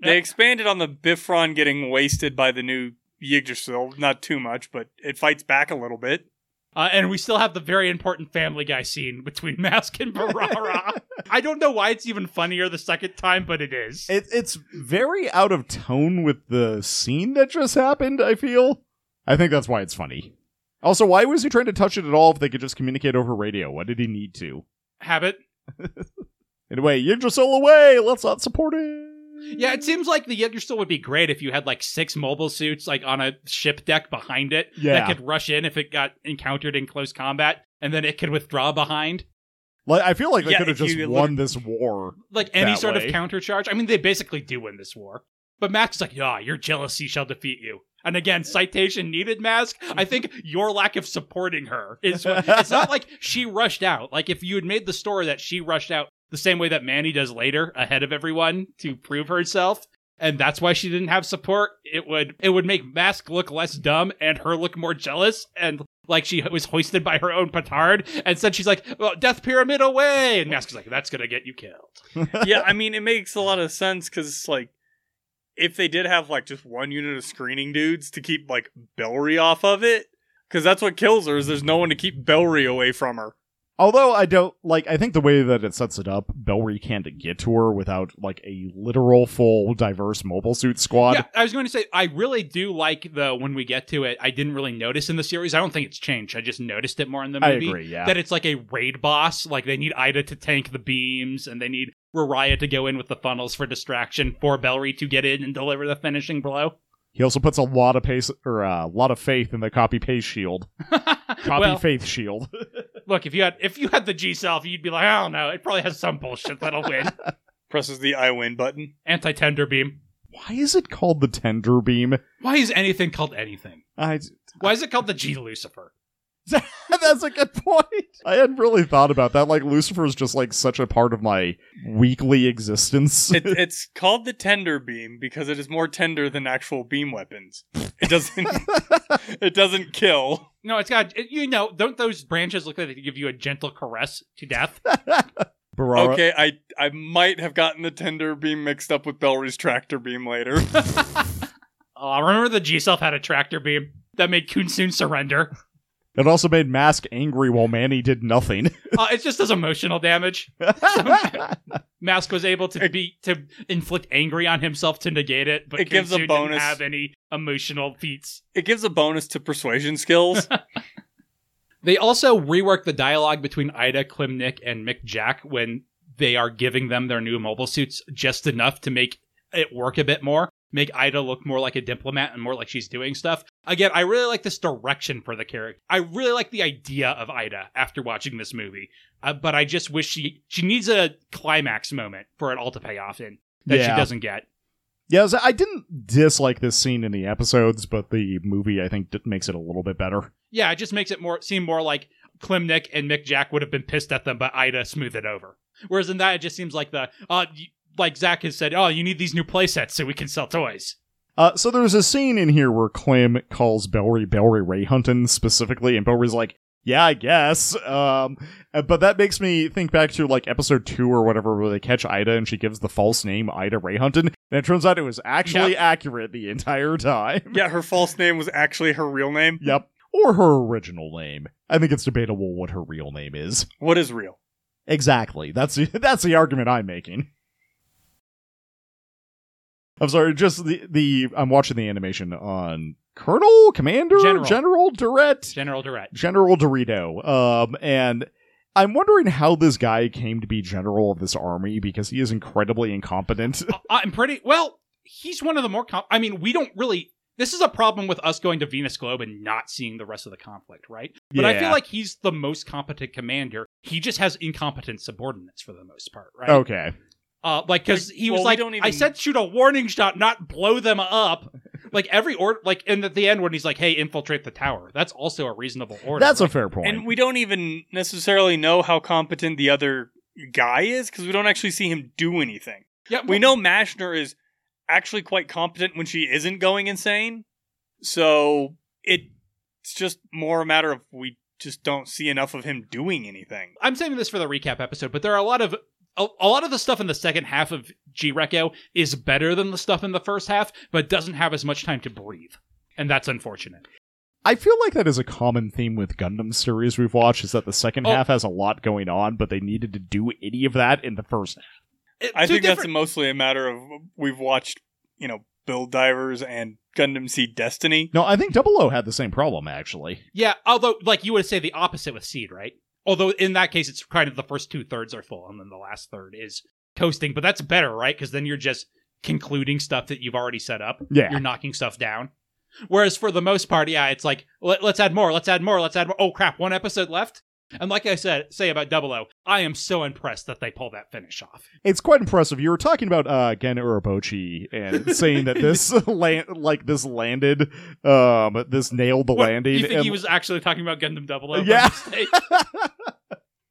Speaker 3: They expanded on the Bifron getting wasted by the new Yggdrasil. Not too much, but it fights back a little bit.
Speaker 1: Uh, and we still have the very important Family Guy scene between Mask and Barara. I don't know why it's even funnier the second time, but it is.
Speaker 2: It, it's very out of tone with the scene that just happened, I feel. I think that's why it's funny. Also, why was he trying to touch it at all if they could just communicate over radio? What did he need to?
Speaker 1: Habit.
Speaker 2: Anyway, Yggdrasil away! Let's not support it!
Speaker 1: Yeah, it seems like the Yggdrasil would be great if you had like six mobile suits like on a ship deck behind it
Speaker 2: Yeah.
Speaker 1: that could rush in if it got encountered in close combat, and then it could withdraw behind.
Speaker 2: Like, I feel like they
Speaker 3: Yeah,
Speaker 2: could have
Speaker 3: if
Speaker 2: just
Speaker 3: you
Speaker 2: won this war.
Speaker 1: Like any
Speaker 2: That
Speaker 1: sort
Speaker 2: way.
Speaker 1: of countercharge. I mean, they basically do win this war. But Mask's like, yeah, your jealousy shall defeat you. And again, citation needed, Mask. I think your lack of supporting her is. what- It's not like she rushed out. Like if you had made the story that she rushed out the same way that Manny does later, ahead of everyone to prove herself, and that's why she didn't have support. It would it would make Mask look less dumb and her look more jealous and like she was hoisted by her own petard. And said she's like, "Well, Death Pyramid away!" And Mask is like, "That's gonna get you killed."
Speaker 3: yeah, I mean, it makes a lot of sense because, like, if they did have, like, just one unit of screening dudes to keep, like, Bellry off of it, because that's what kills her, is there's no one to keep Bellry away from her.
Speaker 2: Although I don't like, I think the way that it sets it up, Bellry can't get to her without like a literal full diverse mobile suit squad.
Speaker 1: Yeah, I was going to say I really do like the when we get to it. I didn't really notice in the series. I don't think it's changed. I just noticed it more in the
Speaker 2: I
Speaker 1: movie.
Speaker 2: agree. Yeah,
Speaker 1: That it's like a raid boss. Like they need Ida to tank the beams, and they need Rariah to go in with the funnels for distraction for Bellry to get in and deliver the finishing blow.
Speaker 2: he also puts a lot of pace or uh, a lot of faith in the copy paste shield, copy
Speaker 1: well,
Speaker 2: faith shield.
Speaker 1: look if you had if you had the G self, you'd be like, I don't know. It probably has some bullshit that'll win.
Speaker 3: Presses the I win button.
Speaker 1: Anti tender beam.
Speaker 2: Why is it called the tender beam?
Speaker 1: Why is anything called anything?
Speaker 2: I
Speaker 1: Why is it called the G Lucifer?
Speaker 2: that's a good point. I hadn't really thought about that. Like Lucifer is just like such a part of my weekly existence.
Speaker 3: It, it's called the tender beam because it is more tender than actual beam weapons. It doesn't. it doesn't kill.
Speaker 1: No, it's got it- you know. Don't those branches look like they give you a gentle caress to death?
Speaker 2: Barara,
Speaker 3: Okay, I I might have gotten the tender beam mixed up with Bellry's tractor beam later.
Speaker 1: Oh, I remember the G self had a tractor beam that made Kunsun surrender.
Speaker 2: it also made Mask angry while Manny did nothing.
Speaker 1: Uh, it just does emotional damage. Mask was able to be to inflict angry on himself to negate it, but
Speaker 3: It gives a
Speaker 1: Kunsun didn't
Speaker 3: bonus.
Speaker 1: have any emotional feats.
Speaker 3: it gives a bonus to persuasion skills.
Speaker 1: They also rework the dialogue between Ida, Klimnik, and Mick Jack when they are giving them their new mobile suits just enough to make it work a bit more, make Ida look more like a diplomat and more like she's doing stuff. Again, I really like this direction for the character. I really like the idea of Ida after watching this movie, uh, but I just wish she she needs a climax moment for it all to pay off in that
Speaker 2: Yeah.
Speaker 1: she doesn't get.
Speaker 2: Yeah, so I didn't dislike this scene in the episodes, but the movie I think d- makes it a little bit better.
Speaker 1: Yeah, it just makes it more seem more like Klimnik and Mick Jack would have been pissed at them, but Ida smoothed it over. Whereas in that, it just seems like the uh, y- like Zach has said, oh, you need these new playsets so we can sell toys.
Speaker 2: Uh, so there's a scene in here where Clem calls Bellry Bellry Ray Huntin specifically, and Bellry's like, "Yeah, I guess." Um, uh, but that makes me think back to like episode two or whatever, where they catch Ida and she gives the false name Ida Ray Huntin, and it turns out it was actually accurate the entire time.
Speaker 3: yeah, her false name was actually her real name.
Speaker 2: yep, or her original name. I think it's debatable what her real name is.
Speaker 3: What is real?
Speaker 2: Exactly. That's the, that's the argument I'm making. I'm sorry. Just the the I'm watching the animation on Colonel Commander
Speaker 1: General.
Speaker 2: Durrett
Speaker 1: General Durrett.
Speaker 2: General Dorito. Um, and I'm wondering how this guy came to be general of this army because he is incredibly incompetent.
Speaker 1: Uh, I- I'm pretty well. He's one of the more. Com- I mean, we don't really. This is a problem with us going to Venus Globe and not seeing the rest of the conflict, right? But I
Speaker 2: Yeah.
Speaker 1: feel like he's the most competent commander. He just has incompetent subordinates for the most part, right?
Speaker 2: Okay.
Speaker 1: Uh, like, because he was
Speaker 3: Well, we
Speaker 1: like,
Speaker 3: don't even-
Speaker 1: I said shoot a warning shot, not blow them up. like every order, like, and at the end when he's like, hey, infiltrate the tower. That's also a reasonable order.
Speaker 2: That's a fair point.
Speaker 3: And we don't even necessarily know how competent the other guy is because we don't actually see him do anything.
Speaker 1: yeah,
Speaker 3: We know Mashner is actually quite competent when she isn't going insane. So it it's just more a matter of we just don't see enough of him doing anything.
Speaker 1: I'm saving this for the recap episode, but there are a lot of a, a lot of the stuff in the second half of G Reco is better than the stuff in the first half, but doesn't have as much time to breathe. And that's unfortunate.
Speaker 2: I feel like that is a common theme with Gundam series we've watched is that the second
Speaker 1: Oh.
Speaker 2: half has a lot going on, but they needed to do any of that in the first half.
Speaker 1: It-
Speaker 3: I
Speaker 1: two
Speaker 3: think that's
Speaker 1: different-
Speaker 3: mostly a matter of we've watched, you know, Build Divers and Gundam Seed Destiny.
Speaker 2: No, I think Double O had the same problem actually.
Speaker 1: yeah. Although, like you would say, the opposite with Seed, right? Although in that case, it's kind of the first two thirds are full, and then the last third is coasting. But that's better, right? Because then you're just concluding stuff that you've already set up.
Speaker 2: Yeah.
Speaker 1: You're knocking stuff down. Whereas for the most part, yeah, it's like let, let's add more, let's add more, let's add more. Oh crap, one episode left. And like I said, say about Double O, I am so impressed that they pull that finish off.
Speaker 2: It's quite impressive. You were talking about uh, Gen Urobochi and saying that this land, like this landed, um, this nailed the
Speaker 1: What,
Speaker 2: landing.
Speaker 1: You think
Speaker 2: and-
Speaker 1: he was actually talking about Gundam Double O? by
Speaker 2: Yeah.
Speaker 1: mistake?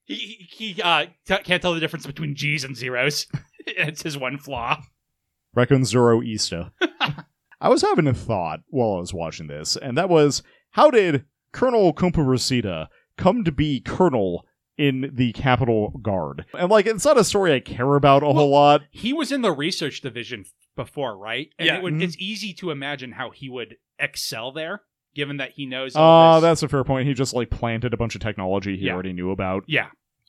Speaker 1: he he, he, uh, t- can't tell the difference between G's and zeros. it's his one flaw.
Speaker 2: Recon Zoro Ista. I was having a thought while I was watching this, and that was how did Colonel Comparosita come to be Colonel in the Capitol Guard? And like, it's not a story I care about a whole lot.
Speaker 1: He was in the research division before, right? And
Speaker 3: Yeah.
Speaker 1: it would,
Speaker 2: Mhm.
Speaker 1: it's easy to imagine how he would excel there, given that he knows. all
Speaker 2: Uh,
Speaker 1: this.
Speaker 2: that's a fair point. He just like planted a bunch of technology he
Speaker 1: Yeah.
Speaker 2: already knew about.
Speaker 1: yeah.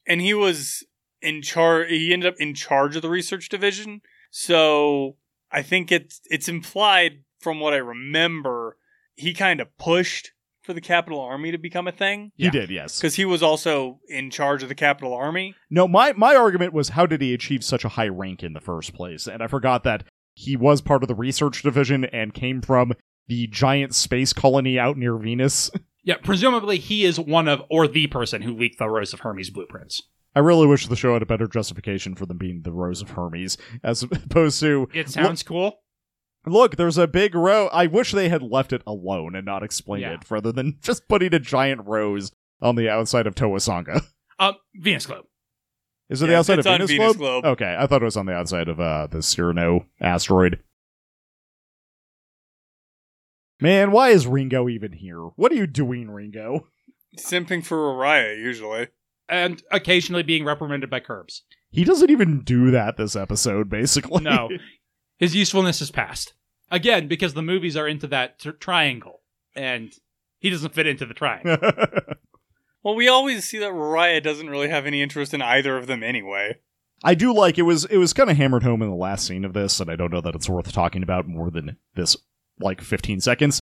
Speaker 3: And he was in charge he ended up in charge of the research division. So I think it's it's implied from what I remember, he kind of pushed for the Capital Army to become a thing.
Speaker 2: He
Speaker 1: Yeah.
Speaker 2: did, yes.
Speaker 3: Because he was also in charge of the Capital Army.
Speaker 2: No, my my argument was how did he achieve such a high rank in the first place? And I forgot that he was part of the research division and came from the giant space colony out near Venus.
Speaker 1: Yeah, presumably he is one of or the person who leaked the Rose of Hermes blueprints.
Speaker 2: I really wish the show had a better justification for them being the Rose of Hermes, as opposed to
Speaker 1: It sounds cool.
Speaker 2: look, there's a big row. I wish they had left it alone and not explained
Speaker 1: Yeah.
Speaker 2: it, rather than just putting a giant rose on the outside of Toasanga.
Speaker 1: Um, Venus Globe.
Speaker 2: Is it the
Speaker 3: Yeah,
Speaker 2: outside
Speaker 3: it's
Speaker 2: of
Speaker 3: on
Speaker 2: Venus,
Speaker 3: Venus
Speaker 2: Globe? Oh.
Speaker 3: Globe.
Speaker 2: Okay, I thought it was on the outside of uh, the Cyrano asteroid. Man, why is Ringo even here? What are you doing, Ringo?
Speaker 3: Simping for Araya, usually.
Speaker 1: And occasionally being reprimanded by curbs.
Speaker 2: He doesn't even do that this episode, basically.
Speaker 1: No. His usefulness is past. Again, because the movies are into that tr- triangle, and he doesn't fit into the triangle.
Speaker 3: Well, we always see that Raya doesn't really have any interest in either of them anyway.
Speaker 2: I do like it was it was kind of hammered home in the last scene of this, and I don't know that it's worth talking about more than this like 15 seconds.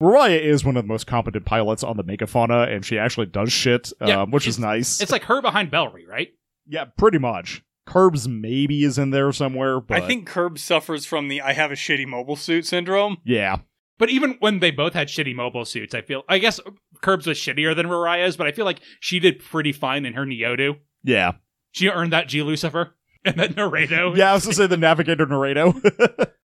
Speaker 2: Mariah is one of the most competent pilots on the megafauna, and she actually does shit,
Speaker 1: Yeah,
Speaker 2: um, which is nice.
Speaker 1: it's like her behind Bellry, right?
Speaker 2: yeah, pretty much. Curbs maybe is in there somewhere, but
Speaker 3: I think Curb suffers from the I have a shitty mobile suit syndrome.
Speaker 2: yeah,
Speaker 1: But even when they both had shitty mobile suits, I feel I guess Curbs was shittier than Raya's, but I feel like she did pretty fine in her Neodu.
Speaker 2: yeah,
Speaker 1: She earned that G Lucifer and that Naredo.
Speaker 2: yeah. I was gonna say the navigator Naredo.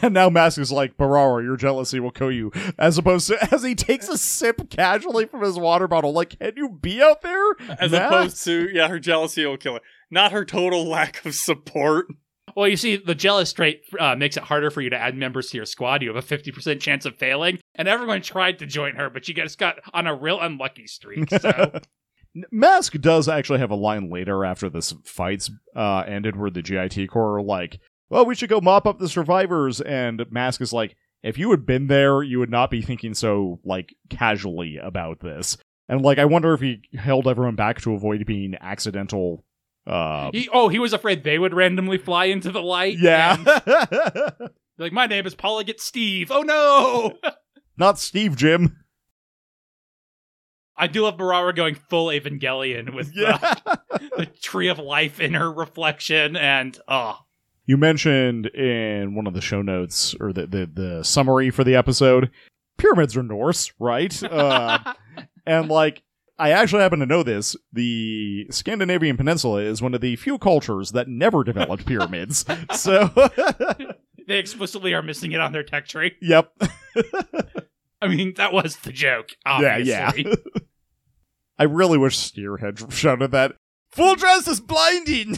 Speaker 2: And now Mask is like, Barara, your jealousy will kill you. As opposed to, as he takes a sip casually from his water bottle, like, can you be out there?
Speaker 3: As
Speaker 2: Mask?"
Speaker 3: opposed to, yeah, her jealousy will kill her. Not her total lack of support.
Speaker 1: Well, you see, the jealous trait uh, makes it harder for you to add members to your squad. You have a 50% chance of failing, and everyone tried to join her, but she just got on a real unlucky streak. So,
Speaker 2: N- Mask does actually have a line later after this fight's uh, ended where the GIT Corps are like, well, we should go mop up the survivors. And Mask is like, if you had been there, you would not be thinking so, like, casually about this. And, like, I wonder if he held everyone back to avoid being accidental. Uh,
Speaker 1: he, oh, he was afraid they would randomly fly into the light. and
Speaker 2: yeah.
Speaker 1: be like, my name is Polygate Steve. Oh, no.
Speaker 2: not Steve Jim.
Speaker 1: I do love Barara going full Evangelion with the-
Speaker 2: Yeah.
Speaker 1: the tree of life in her reflection, and oh,
Speaker 2: You mentioned in one of the show notes or the, the, the summary for the episode, pyramids are Norse, right? Uh, and like, I actually happen to know this. The Scandinavian Peninsula is one of the few cultures that never developed pyramids. So,
Speaker 1: they explicitly are missing it on their tech tree.
Speaker 2: yep.
Speaker 1: I mean, that was the joke,
Speaker 2: Yeah,
Speaker 1: obviously.
Speaker 2: yeah. I really wish Steerhead shouted that. Full dress is blinding.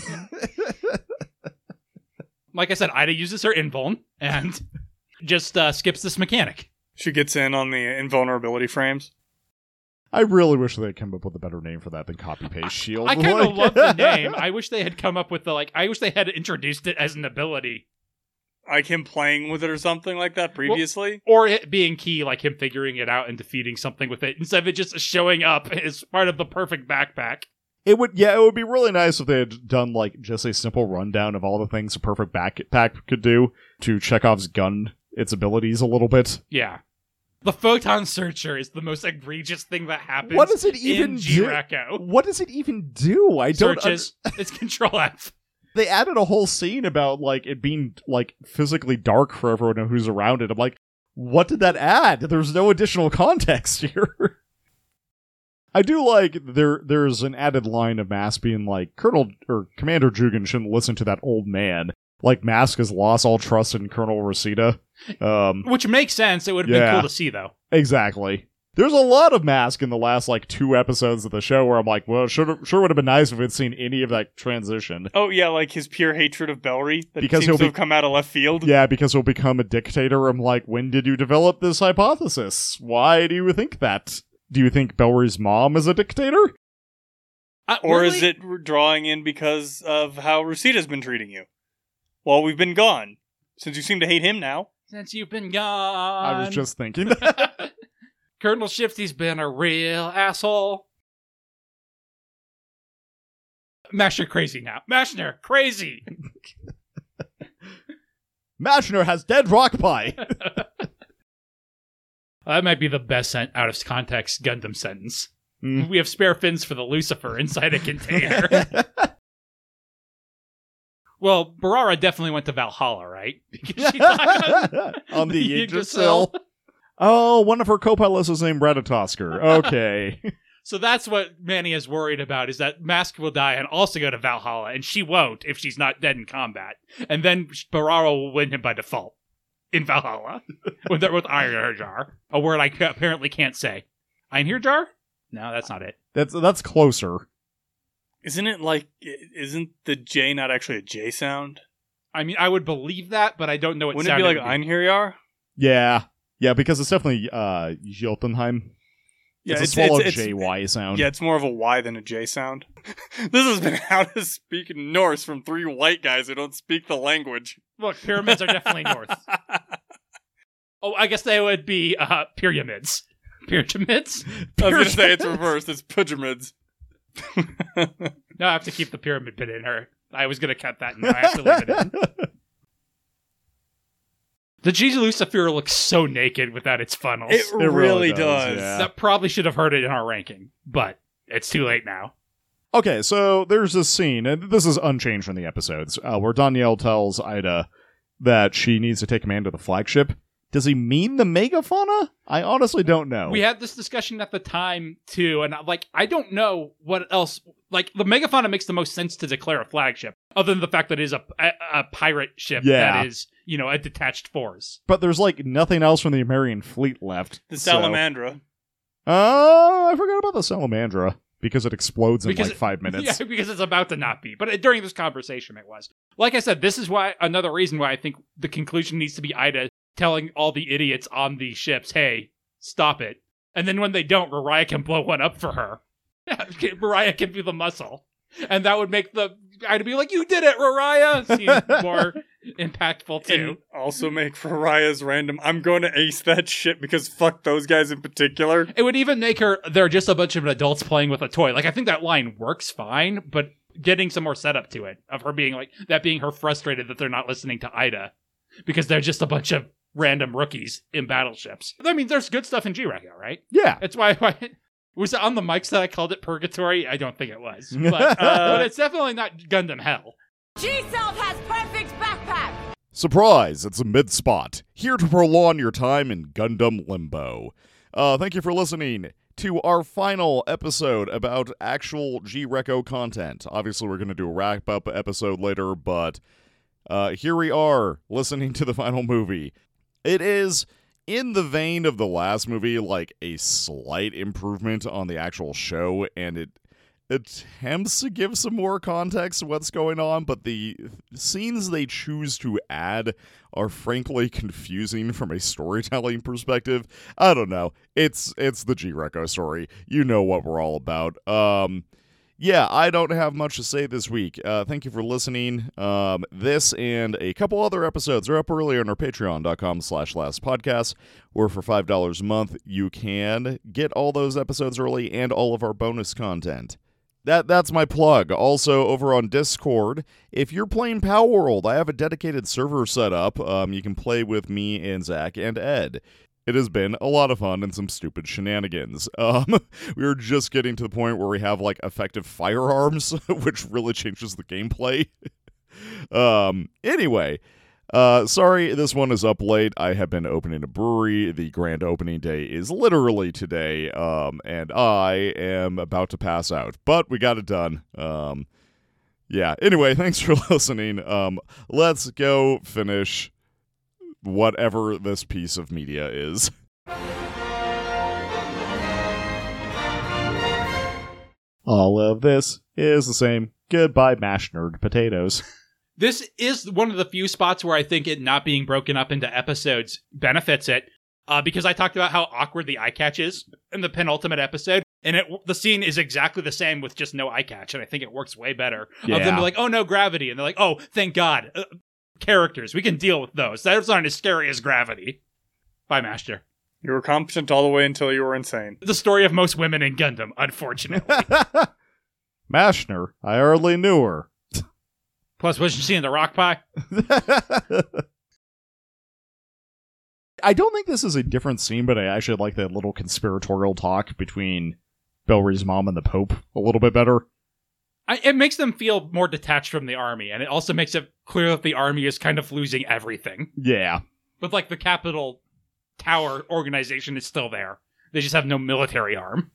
Speaker 1: Like I said, Ida uses her invuln and just uh, skips this mechanic.
Speaker 3: She gets in on the invulnerability frames.
Speaker 2: I really wish they'd come up with a better name for that than copy paste shield.
Speaker 1: I kind of
Speaker 2: Like-
Speaker 1: love the name. I wish they had come up with the like. I wish they had introduced it as an ability
Speaker 3: Like him playing with it or something like that previously.
Speaker 1: or it being key, like him figuring it out and defeating something with it instead of it just showing up as part of the perfect backpack.
Speaker 2: It would, yeah, it would be really nice if they had done like just a simple rundown of all the things a perfect backpack could do to Chekhov's gun, its abilities a little bit.
Speaker 1: Yeah, the photon searcher is the most egregious thing that happens.
Speaker 2: What does it even
Speaker 1: in
Speaker 2: do?
Speaker 1: G-Reco.
Speaker 2: What does it even do? I don't. un-
Speaker 1: Searches. it's Control F.
Speaker 2: they added a whole scene about like it being like physically dark for everyone who's around it. I'm like, what did that add? There's no additional context here. I do like there. There's an added line of Mask being like Colonel or Commander Jugan shouldn't listen to that old man. Like Mask has lost all trust in Colonel Reseda. Um,
Speaker 1: Which makes sense. It would have
Speaker 2: Yeah.
Speaker 1: been cool to see though.
Speaker 2: Exactly. There's a lot of mask in the last like two episodes of the show where I'm like, well, sure, sure would have been nice if we'd seen any of that transition.
Speaker 3: Oh yeah, like his pure hatred of Bellry that
Speaker 2: Because he'll
Speaker 3: seems to
Speaker 2: be-
Speaker 3: have come out of left field.
Speaker 2: Yeah, because he'll become a dictator. I'm like, when did you develop this hypothesis? Why do you think that? Do you think Bellry's mom is a dictator?
Speaker 1: Uh,
Speaker 3: Or
Speaker 1: really?
Speaker 3: is it drawing in because of how Rosita's been treating you? While we've been gone, since you seem to hate him now.
Speaker 1: since you've been gone?
Speaker 2: I was just thinking that.
Speaker 1: Colonel Shifty's been a real asshole. Mashner crazy now. Mashner crazy.
Speaker 2: Mashner has dead rock pie.
Speaker 1: Uh, That might be the best sent out of context Gundam sentence.
Speaker 2: Mm.
Speaker 1: We have spare fins for the Lucifer inside a container. well, Barara definitely went to Valhalla, right? Because she died
Speaker 2: On the
Speaker 1: Yggdrasil.
Speaker 2: Yggdrasil. Oh, one of her co-pilots is named Ratatosker. Okay.
Speaker 1: So that's what Manny is worried about is that Mask will die and also go to Valhalla, and she won't if she's not dead in combat. And then Barara will win him by default in Valhalla with, with Einherjar, a word I ca- apparently can't say. Einherjar? No, that's not it.
Speaker 2: that's that's closer.
Speaker 3: Isn't it like i- isn't the J not actually a J sound?
Speaker 1: I mean, I would believe that, but I don't know what
Speaker 3: Wouldn't it
Speaker 1: sound
Speaker 3: be like
Speaker 1: would
Speaker 3: Einherjar?
Speaker 2: Yeah. Yeah, because it's definitely uh Jotunheim. it's a swallow JY sound.
Speaker 3: Yeah, it's more of a Y than a J sound. this has been how to speak Norse from three white guys who don't speak the language.
Speaker 1: Look, pyramids are definitely north. Oh, I guess they would be uh, pyramids. Pyramids?
Speaker 3: I was gonna say it's reversed. It's pyramids.
Speaker 1: No, I have to keep the pyramid bit in her. I was going to cut that, and I have to leave it in. The Jesus Lucifer looks so naked without its funnels.
Speaker 3: It,
Speaker 2: really
Speaker 3: really,
Speaker 2: does,
Speaker 3: does.
Speaker 2: yeah.
Speaker 1: that probably should have heard it in our ranking, but it's too late now.
Speaker 2: Okay, so there's this scene, and this is unchanged from the episodes, uh, where Danielle tells Ida that she needs to take command of the flagship. Does he mean the megafauna? I honestly don't know.
Speaker 1: We had this discussion at the time too, and I'm like I don't know what else. Like the megafauna makes the most sense to declare a flagship, other than the fact that it is a a, a pirate ship
Speaker 2: Yeah.
Speaker 1: that is you know a detached force.
Speaker 2: but there's like nothing else from the Amerian fleet left.
Speaker 3: The
Speaker 2: so-
Speaker 3: salamandra.
Speaker 2: Oh, I forgot about the salamandra because it explodes in
Speaker 1: Because
Speaker 2: like
Speaker 1: it-
Speaker 2: five minutes.
Speaker 1: Yeah, because it's about to not be. But it, during this conversation, it was. Like I said, this is why another reason why I think the conclusion needs to be Ida telling all the idiots on the ships, "Hey, stop it." And then when they don't, Mariah can blow one up for her. Mariah can be the muscle, and that would make the Ida be like, "You did it, Mariah." Seem more impactful
Speaker 3: And
Speaker 1: too.
Speaker 3: also make Fariah's random. I'm going to ace that shit because fuck those guys in particular.
Speaker 1: It would even make her they're just a bunch of adults playing with a toy. Like I think that line works fine, but getting some more setup to it of her being like that being her frustrated that they're not listening to Ida because they're just a bunch of random rookies in battleships. I mean, there's good stuff in G Reco, right?
Speaker 2: yeah.
Speaker 1: That's why, why was it on the mics that I called it purgatory? I don't think it was, but, uh, but it's definitely not Gundam Hell.
Speaker 4: G-Self has perfect backpack!
Speaker 2: Surprise, it's a mid spot, here to prolong your time in Gundam Limbo. Uh, thank you for listening to our final episode about actual G Reco content. Obviously, we're going to do a wrap up episode later, but uh, here we are listening to the final movie. It is, in the vein of the last movie, like a slight improvement on the actual show, and it attempts to give some more context to what's going on, but the scenes they choose to add are frankly confusing from a storytelling perspective. I don't know. It's it's the G Reco story. You know what we're all about. Um yeah, I don't have much to say this week. Uh, thank you for listening. Um, this and a couple other episodes are up earlier on our patreon.com slash last podcast, where for $5 a month, you can get all those episodes early and all of our bonus content. That that's my plug. Also, over on Discord, if you're playing Power World, I have a dedicated server set up. Um, you can play with me and Zach and Ed. It has been a lot of fun and some stupid shenanigans. Um, we were just getting to the point where we have like effective firearms, which really changes the gameplay. um, anyway, uh, sorry, this one is up late. I have been opening a brewery. The grand opening day is literally today, um, and I am about to pass out, but we got it done. Um, yeah. Anyway, thanks for listening. Um, let's go finish whatever this piece of media is. All of this is the same. Goodbye, mashed nerd potatoes.
Speaker 1: This is one of the few spots where I think it not being broken up into episodes benefits it, uh, because I talked about how awkward the eye catch is in the penultimate episode, and it the scene is exactly the same with just no eye catch, and I think it works way better. Of them
Speaker 2: Yeah.
Speaker 1: be like, oh no, gravity, and they're like, oh thank God, uh, characters, we can deal with those. Those aren't as scary as gravity. Bye, Master.
Speaker 3: You were competent all the way until you were insane.
Speaker 1: The story of most women in Gundam, unfortunately.
Speaker 2: Mashner, I hardly knew her.
Speaker 1: Plus, wasn't she in the rock pie?
Speaker 2: I don't think this is a different scene, but I actually like that little conspiratorial talk between Bellry's mom and the Pope a little bit better.
Speaker 1: I, it makes them feel more detached from the army, and it also makes it clear that the army is kind of losing everything.
Speaker 2: Yeah.
Speaker 1: But like the Capitol Tower organization is still there. They just have no military arm.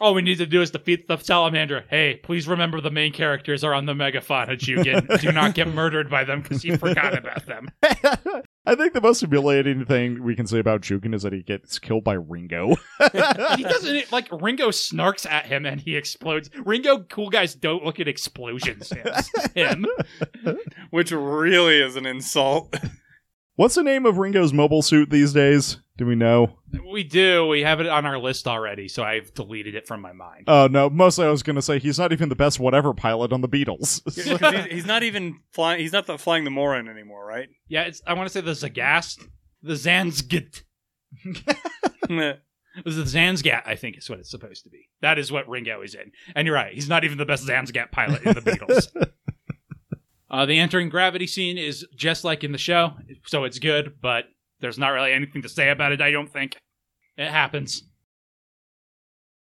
Speaker 1: All we need to do is defeat the salamander. Hey, please remember the main characters are on the megaphone at Jugen. do not get murdered by them because you forgot about them.
Speaker 2: I think the most humiliating thing we can say about Jukin is that he gets killed by Ringo.
Speaker 1: He doesn't like Ringo snarks at him and he explodes. Ringo, cool guys don't look at explosions. It's him.
Speaker 3: Which really is an insult.
Speaker 2: What's the name of Ringo's mobile suit these days? Do we know?
Speaker 1: We do. We have it on our list already, so I've deleted it from my mind.
Speaker 2: Oh, no. Mostly I was going to say he's not even the best whatever pilot on the Beatles.
Speaker 3: 'Cause he's, he's not even flying. He's not the, flying the Morin anymore, right?
Speaker 1: Yeah, it's, I want to say the Zagast, the Zansgit. It was the Zansgat, I think, is what it's supposed to be. That is what Ringo is in. And you're right, he's not even the best Zansgat pilot in the Beatles. uh, the entering gravity scene is just like in the show, so it's good, but there's not really anything to say about it, I don't think. It happens.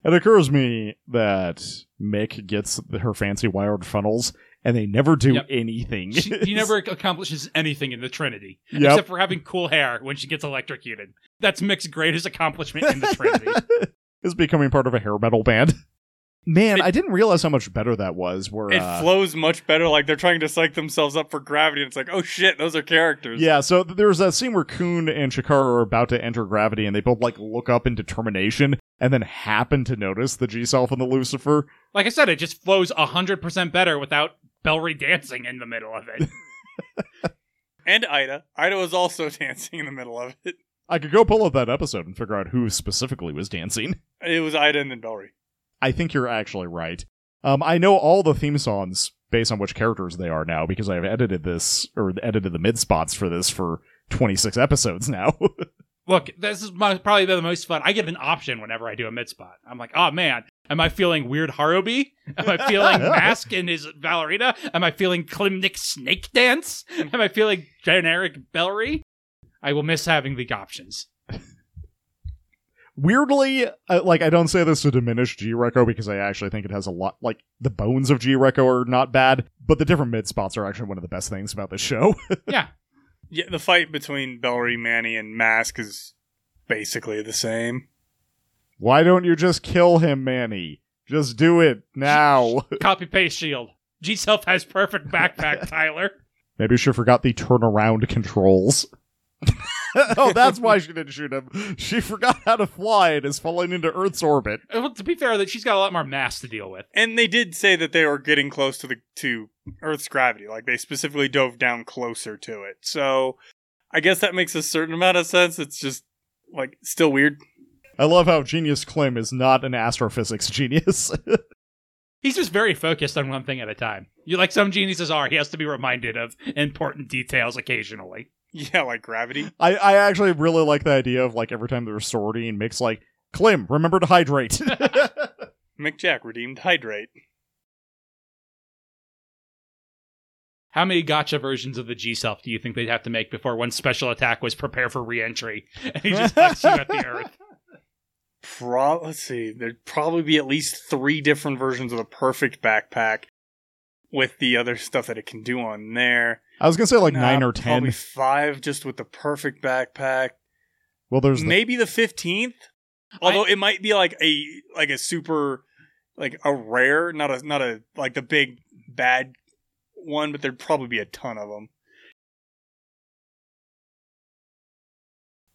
Speaker 2: It occurs to me that Mick gets her fancy wired funnels, and they never do
Speaker 1: Yep.
Speaker 2: anything.
Speaker 1: She, he never accomplishes anything in the Trinity,
Speaker 2: Yep.
Speaker 1: except for having cool hair when she gets electrocuted. That's Mick's greatest accomplishment in the Trinity.
Speaker 2: is becoming part of a hair metal band. Man, I didn't realize how much better that was. Where
Speaker 3: It
Speaker 2: uh,
Speaker 3: flows much better. Like they're trying to psych themselves up for gravity, and it's like, oh shit, those are characters.
Speaker 2: yeah, so th- there's that scene where Kuhn and Shikara are about to enter gravity, and they both like look up in determination, and then happen to notice the G self and the Lucifer.
Speaker 1: Like I said, it just flows 100% better without Bellry dancing in the middle of it.
Speaker 3: And Ida. Ida was also dancing in the middle of it.
Speaker 2: I could go pull up that episode and figure out who specifically was dancing.
Speaker 3: It was Ida and then Bellry.
Speaker 2: I think you're actually right. Um, I know all the theme songs based on which characters they are now because I've edited this or edited the mid spots for this for 26 episodes now.
Speaker 1: Look, this is my, probably the most fun. I get an option whenever I do a mid spot. I'm like, oh man, am I feeling weird Harobi? Am I feeling Mask and his ballerina? Am I feeling Klimnik snake dance? Am I feeling generic Bellry? I will miss having the options.
Speaker 2: Weirdly, uh, like I don't say this to diminish G Reco because I actually think it has a lot. Like the bones of G Reco are not bad, but the different mid spots are actually one of the best things about this show.
Speaker 1: Yeah.
Speaker 3: Yeah, the fight between Bellry, Manny, and Mask is basically the same.
Speaker 2: Why don't you just kill him, Manny? Just do it now.
Speaker 1: Copy paste shield. G Self has perfect backpack, Tyler.
Speaker 2: Maybe she forgot the turnaround controls. oh, that's why she didn't shoot him. She forgot how to fly and is falling into Earth's orbit.
Speaker 1: Well, to be fair, that she's got a lot more mass to deal with.
Speaker 3: And they did say that they were getting close to the to Earth's gravity. Like they specifically dove down closer to it. So I guess that makes a certain amount of sense. It's just like still weird.
Speaker 2: I love how genius Klim is not an astrophysics genius.
Speaker 1: He's just very focused on one thing at a time. You like some geniuses are, he has to be reminded of important details occasionally.
Speaker 3: Yeah, like gravity.
Speaker 2: I, I actually really like the idea of like every time they're sorting, Mick's like, Klim, remember to hydrate.
Speaker 3: Mick Jack redeemed hydrate.
Speaker 1: How many gotcha versions of the G self do you think they'd have to make before one special attack was prepare for reentry? And he just hucks you at the earth.
Speaker 3: Pro- let's see. There'd probably be at least three different versions of the perfect backpack with the other stuff that it can do on there.
Speaker 2: I was gonna say like
Speaker 3: Nah,
Speaker 2: nine or
Speaker 3: Probably
Speaker 2: ten.
Speaker 3: five just with the perfect backpack.
Speaker 2: Well, there's the-
Speaker 3: Maybe the fifteenth. Although it might be like a like a super like a rare, not a not a like the big bad one, but there'd probably be a ton of them.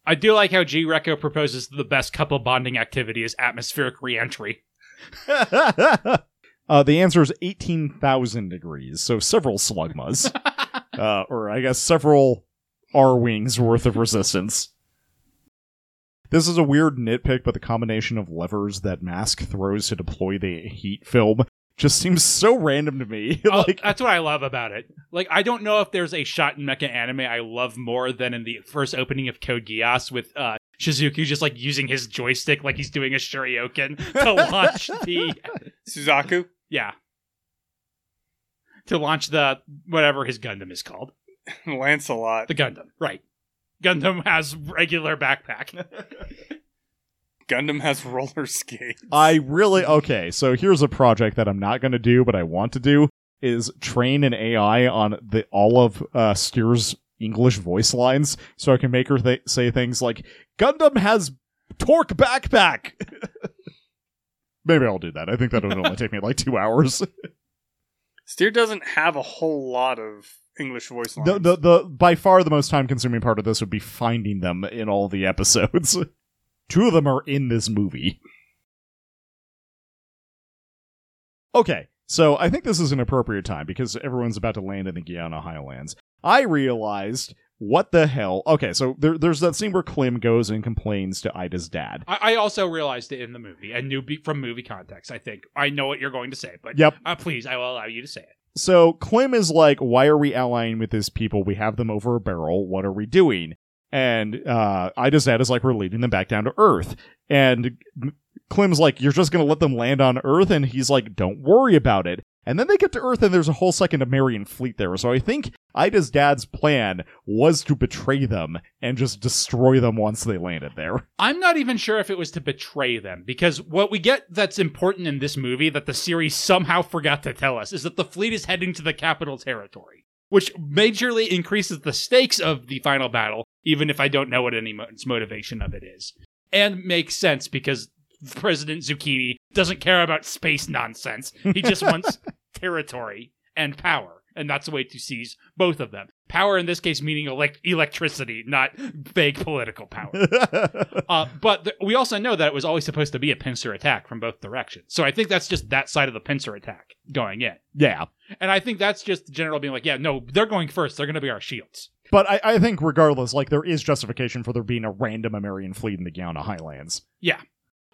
Speaker 1: I do like how G Reco proposes the best couple bonding activity is atmospheric reentry.
Speaker 2: uh, the answer is 18,000 degrees, so several slugmas. uh, or I guess several R wings worth of resistance. This is a weird nitpick, but the combination of levers that Mask throws to deploy the heat film just seems so random to me.
Speaker 1: Oh,
Speaker 2: like,
Speaker 1: that's what I love about it. Like, I don't know if there's a shot in mecha anime I love more than in the first opening of Code Geass with uh, Shizuku just like using his joystick like he's doing a shuriken to launch the
Speaker 3: Suzaku.
Speaker 1: yeah to launch the whatever his Gundam is called
Speaker 3: Lancelot.
Speaker 1: the Gundam right. Gundam has regular backpack.
Speaker 3: Gundam has roller skates.
Speaker 2: I really okay. So here's a project that I'm not going to do, but I want to do is train an AI on the all of uh, Steer's English voice lines, so I can make her th- say things like "Gundam has torque backpack." Maybe I'll do that. I think that would only take me like two hours.
Speaker 3: Steer doesn't have a whole lot of English voice lines.
Speaker 2: The, the the by far the most time consuming part of this would be finding them in all the episodes. Two of them are in this movie. Okay, so I think this is an appropriate time because everyone's about to land in the Guiana Highlands. I realized what the hell. Okay, so there, there's that scene where Klim goes and complains to Ida's dad.
Speaker 1: I, I also realized it in the movie and knew be- from movie context. I think I know what you're going to say, but
Speaker 2: Yep.
Speaker 1: uh, please, I will allow you to say it.
Speaker 2: So Klim is like, "Why are we allying with these people? We have them over a barrel. What are we doing?" And uh, Ida's dad is like, "We're leading them back down to Earth." And Klim's like, "You're just gonna let them land on Earth?" And he's like, "Don't worry about it." And then they get to Earth, and there's a whole second Amerian fleet there. So I think Ida's dad's plan was to betray them and just destroy them once they landed there.
Speaker 1: I'm not even sure if it was to betray them because what we get that's important in this movie that the series somehow forgot to tell us is that the fleet is heading to the capital territory, which majorly increases the stakes of the final battle, even if I don't know what anyone's motivation of it is. And makes sense because President Zucchini doesn't care about space nonsense. He just wants territory and power. And that's the way to seize both of them. Power in this case meaning elect- electricity, not vague political power. Uh, but th- we also know that it was always supposed to be a pincer attack from both directions. So I think that's just that side of the pincer attack going in.
Speaker 2: yeah,
Speaker 1: And I think that's just the general being like, yeah, no, they're going first. They're going to be our shields.
Speaker 2: but I, I think regardless, like there is justification for there being a random Amerian fleet in the Guiana Highlands.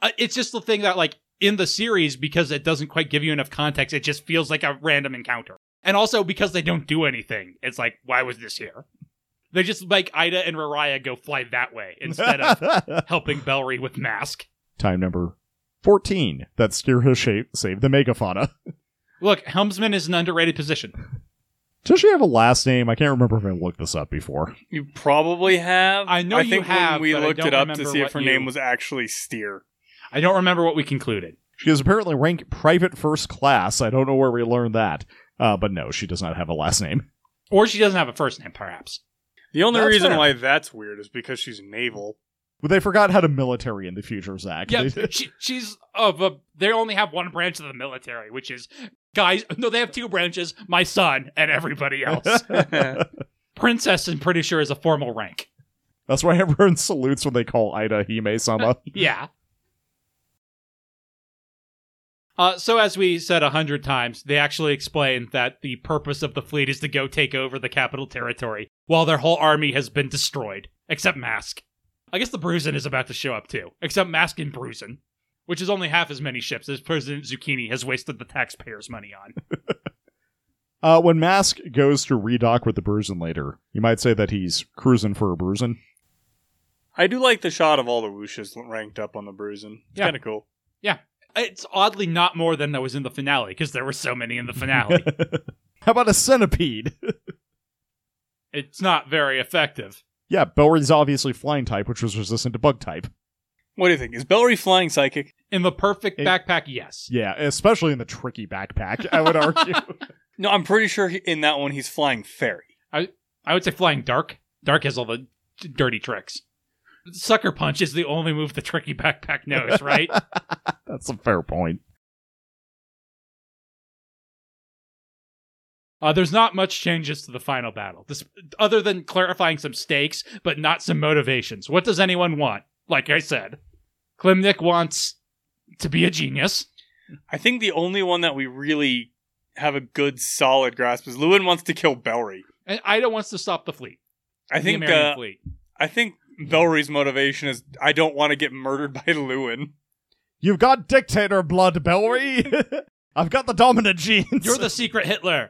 Speaker 1: Uh, it's just the thing that, like, in the series, because it doesn't quite give you enough context, it just feels like a random encounter. And also because they don't do anything, it's like, why was this here? They just like Ida and Raraya go fly that way instead of helping Bellry with Mask.
Speaker 2: time number 14 that steer has shape saved the megafauna
Speaker 1: Look, helmsman is an underrated position.
Speaker 2: does she have a last name i can't remember if i looked this up before
Speaker 3: you probably have.
Speaker 1: I know
Speaker 3: I
Speaker 1: you
Speaker 3: think
Speaker 1: have,
Speaker 3: when we
Speaker 1: but I
Speaker 3: looked
Speaker 1: don't
Speaker 3: it up to
Speaker 1: remember
Speaker 3: see
Speaker 1: what
Speaker 3: if her
Speaker 1: you-
Speaker 3: name was actually Steer.
Speaker 1: I don't remember what we concluded.
Speaker 2: she is apparently ranked private first class i don't know where we learned that uh, but no she does not have a last name
Speaker 1: Or she doesn't have a first name, perhaps.
Speaker 3: The only
Speaker 2: That's
Speaker 3: reason
Speaker 2: fair.
Speaker 3: why that's weird is because she's naval.
Speaker 2: but they forgot how to military in the future zach
Speaker 1: Yeah,
Speaker 2: They-
Speaker 1: she, she's of a. They only have one branch of the military, which is guys. No, they have two branches: my son and everybody else.
Speaker 3: yeah,
Speaker 1: Princess, I'm pretty sure, is a formal rank.
Speaker 2: That's why everyone salutes when they call Ida Hime sama.
Speaker 1: yeah. Uh, so, as we said a hundred times, they actually explain that the purpose of the fleet is to go take over the capital territory while their whole army has been destroyed, except Mask. I guess the Bruisin is about to show up too, except Mask and Bruisin, which is only half as many ships as President Zucchini has wasted the taxpayers' money on.
Speaker 2: Uh, when Mask goes to redock with the Bruisin later, you might say that he's cruising for a Bruisin.
Speaker 3: I do like the shot of all the whooshes ranked up on the bruising. It's
Speaker 1: Yeah.
Speaker 3: kind of cool.
Speaker 1: It's oddly not more than that was in the finale because there were so many in the finale.
Speaker 2: How about a centipede?
Speaker 1: it's not very effective.
Speaker 2: yeah, Bellry's obviously flying type, which was resistant to bug type.
Speaker 3: What do you think? Is Bellry flying psychic?
Speaker 1: In the perfect
Speaker 2: It-
Speaker 1: backpack, yes.
Speaker 2: Yeah, especially in the tricky backpack, I would argue.
Speaker 3: No, I'm pretty sure he, in that one he's flying fairy.
Speaker 1: I would say flying dark. Dark has all the d- dirty tricks. Sucker punch is the only move the tricky backpack knows, right?
Speaker 2: That's a fair point.
Speaker 1: uh, there's not much changes to the final battle, this, other than clarifying some stakes, but not some motivations. What does anyone want? Like I said, Klimnik wants to be a genius.
Speaker 3: I think the only one that we really have a good solid grasp is Lewin wants to kill Bellry.
Speaker 1: And Ida wants to stop the fleet.
Speaker 3: I
Speaker 1: the
Speaker 3: think
Speaker 1: American
Speaker 3: uh,
Speaker 1: fleet.
Speaker 3: I think Bellry's motivation is I don't want to get murdered by Lewin.
Speaker 2: You've got dictator blood, Bellry. I've got the dominant genes.
Speaker 1: You're the secret Hitler.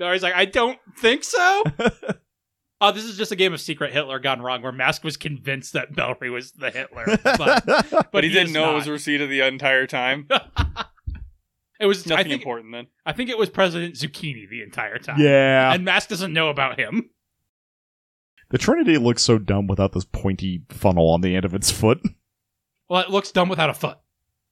Speaker 1: No, he's like, I don't think so. Oh, this is just a game of Secret Hitler gone wrong, where Mask was convinced that Bellry was the Hitler, but,
Speaker 3: But, he, didn't
Speaker 1: is
Speaker 3: know
Speaker 1: not.
Speaker 3: it was Reseda the entire time.
Speaker 1: It was I
Speaker 3: Nothing
Speaker 1: think,
Speaker 3: important then.
Speaker 1: I think it was President Zucchini the entire time.
Speaker 2: yeah.
Speaker 1: And Mask doesn't know about him.
Speaker 2: the Trinity looks so dumb without this pointy funnel on the end of its foot.
Speaker 1: Well, it looks dumb without a foot.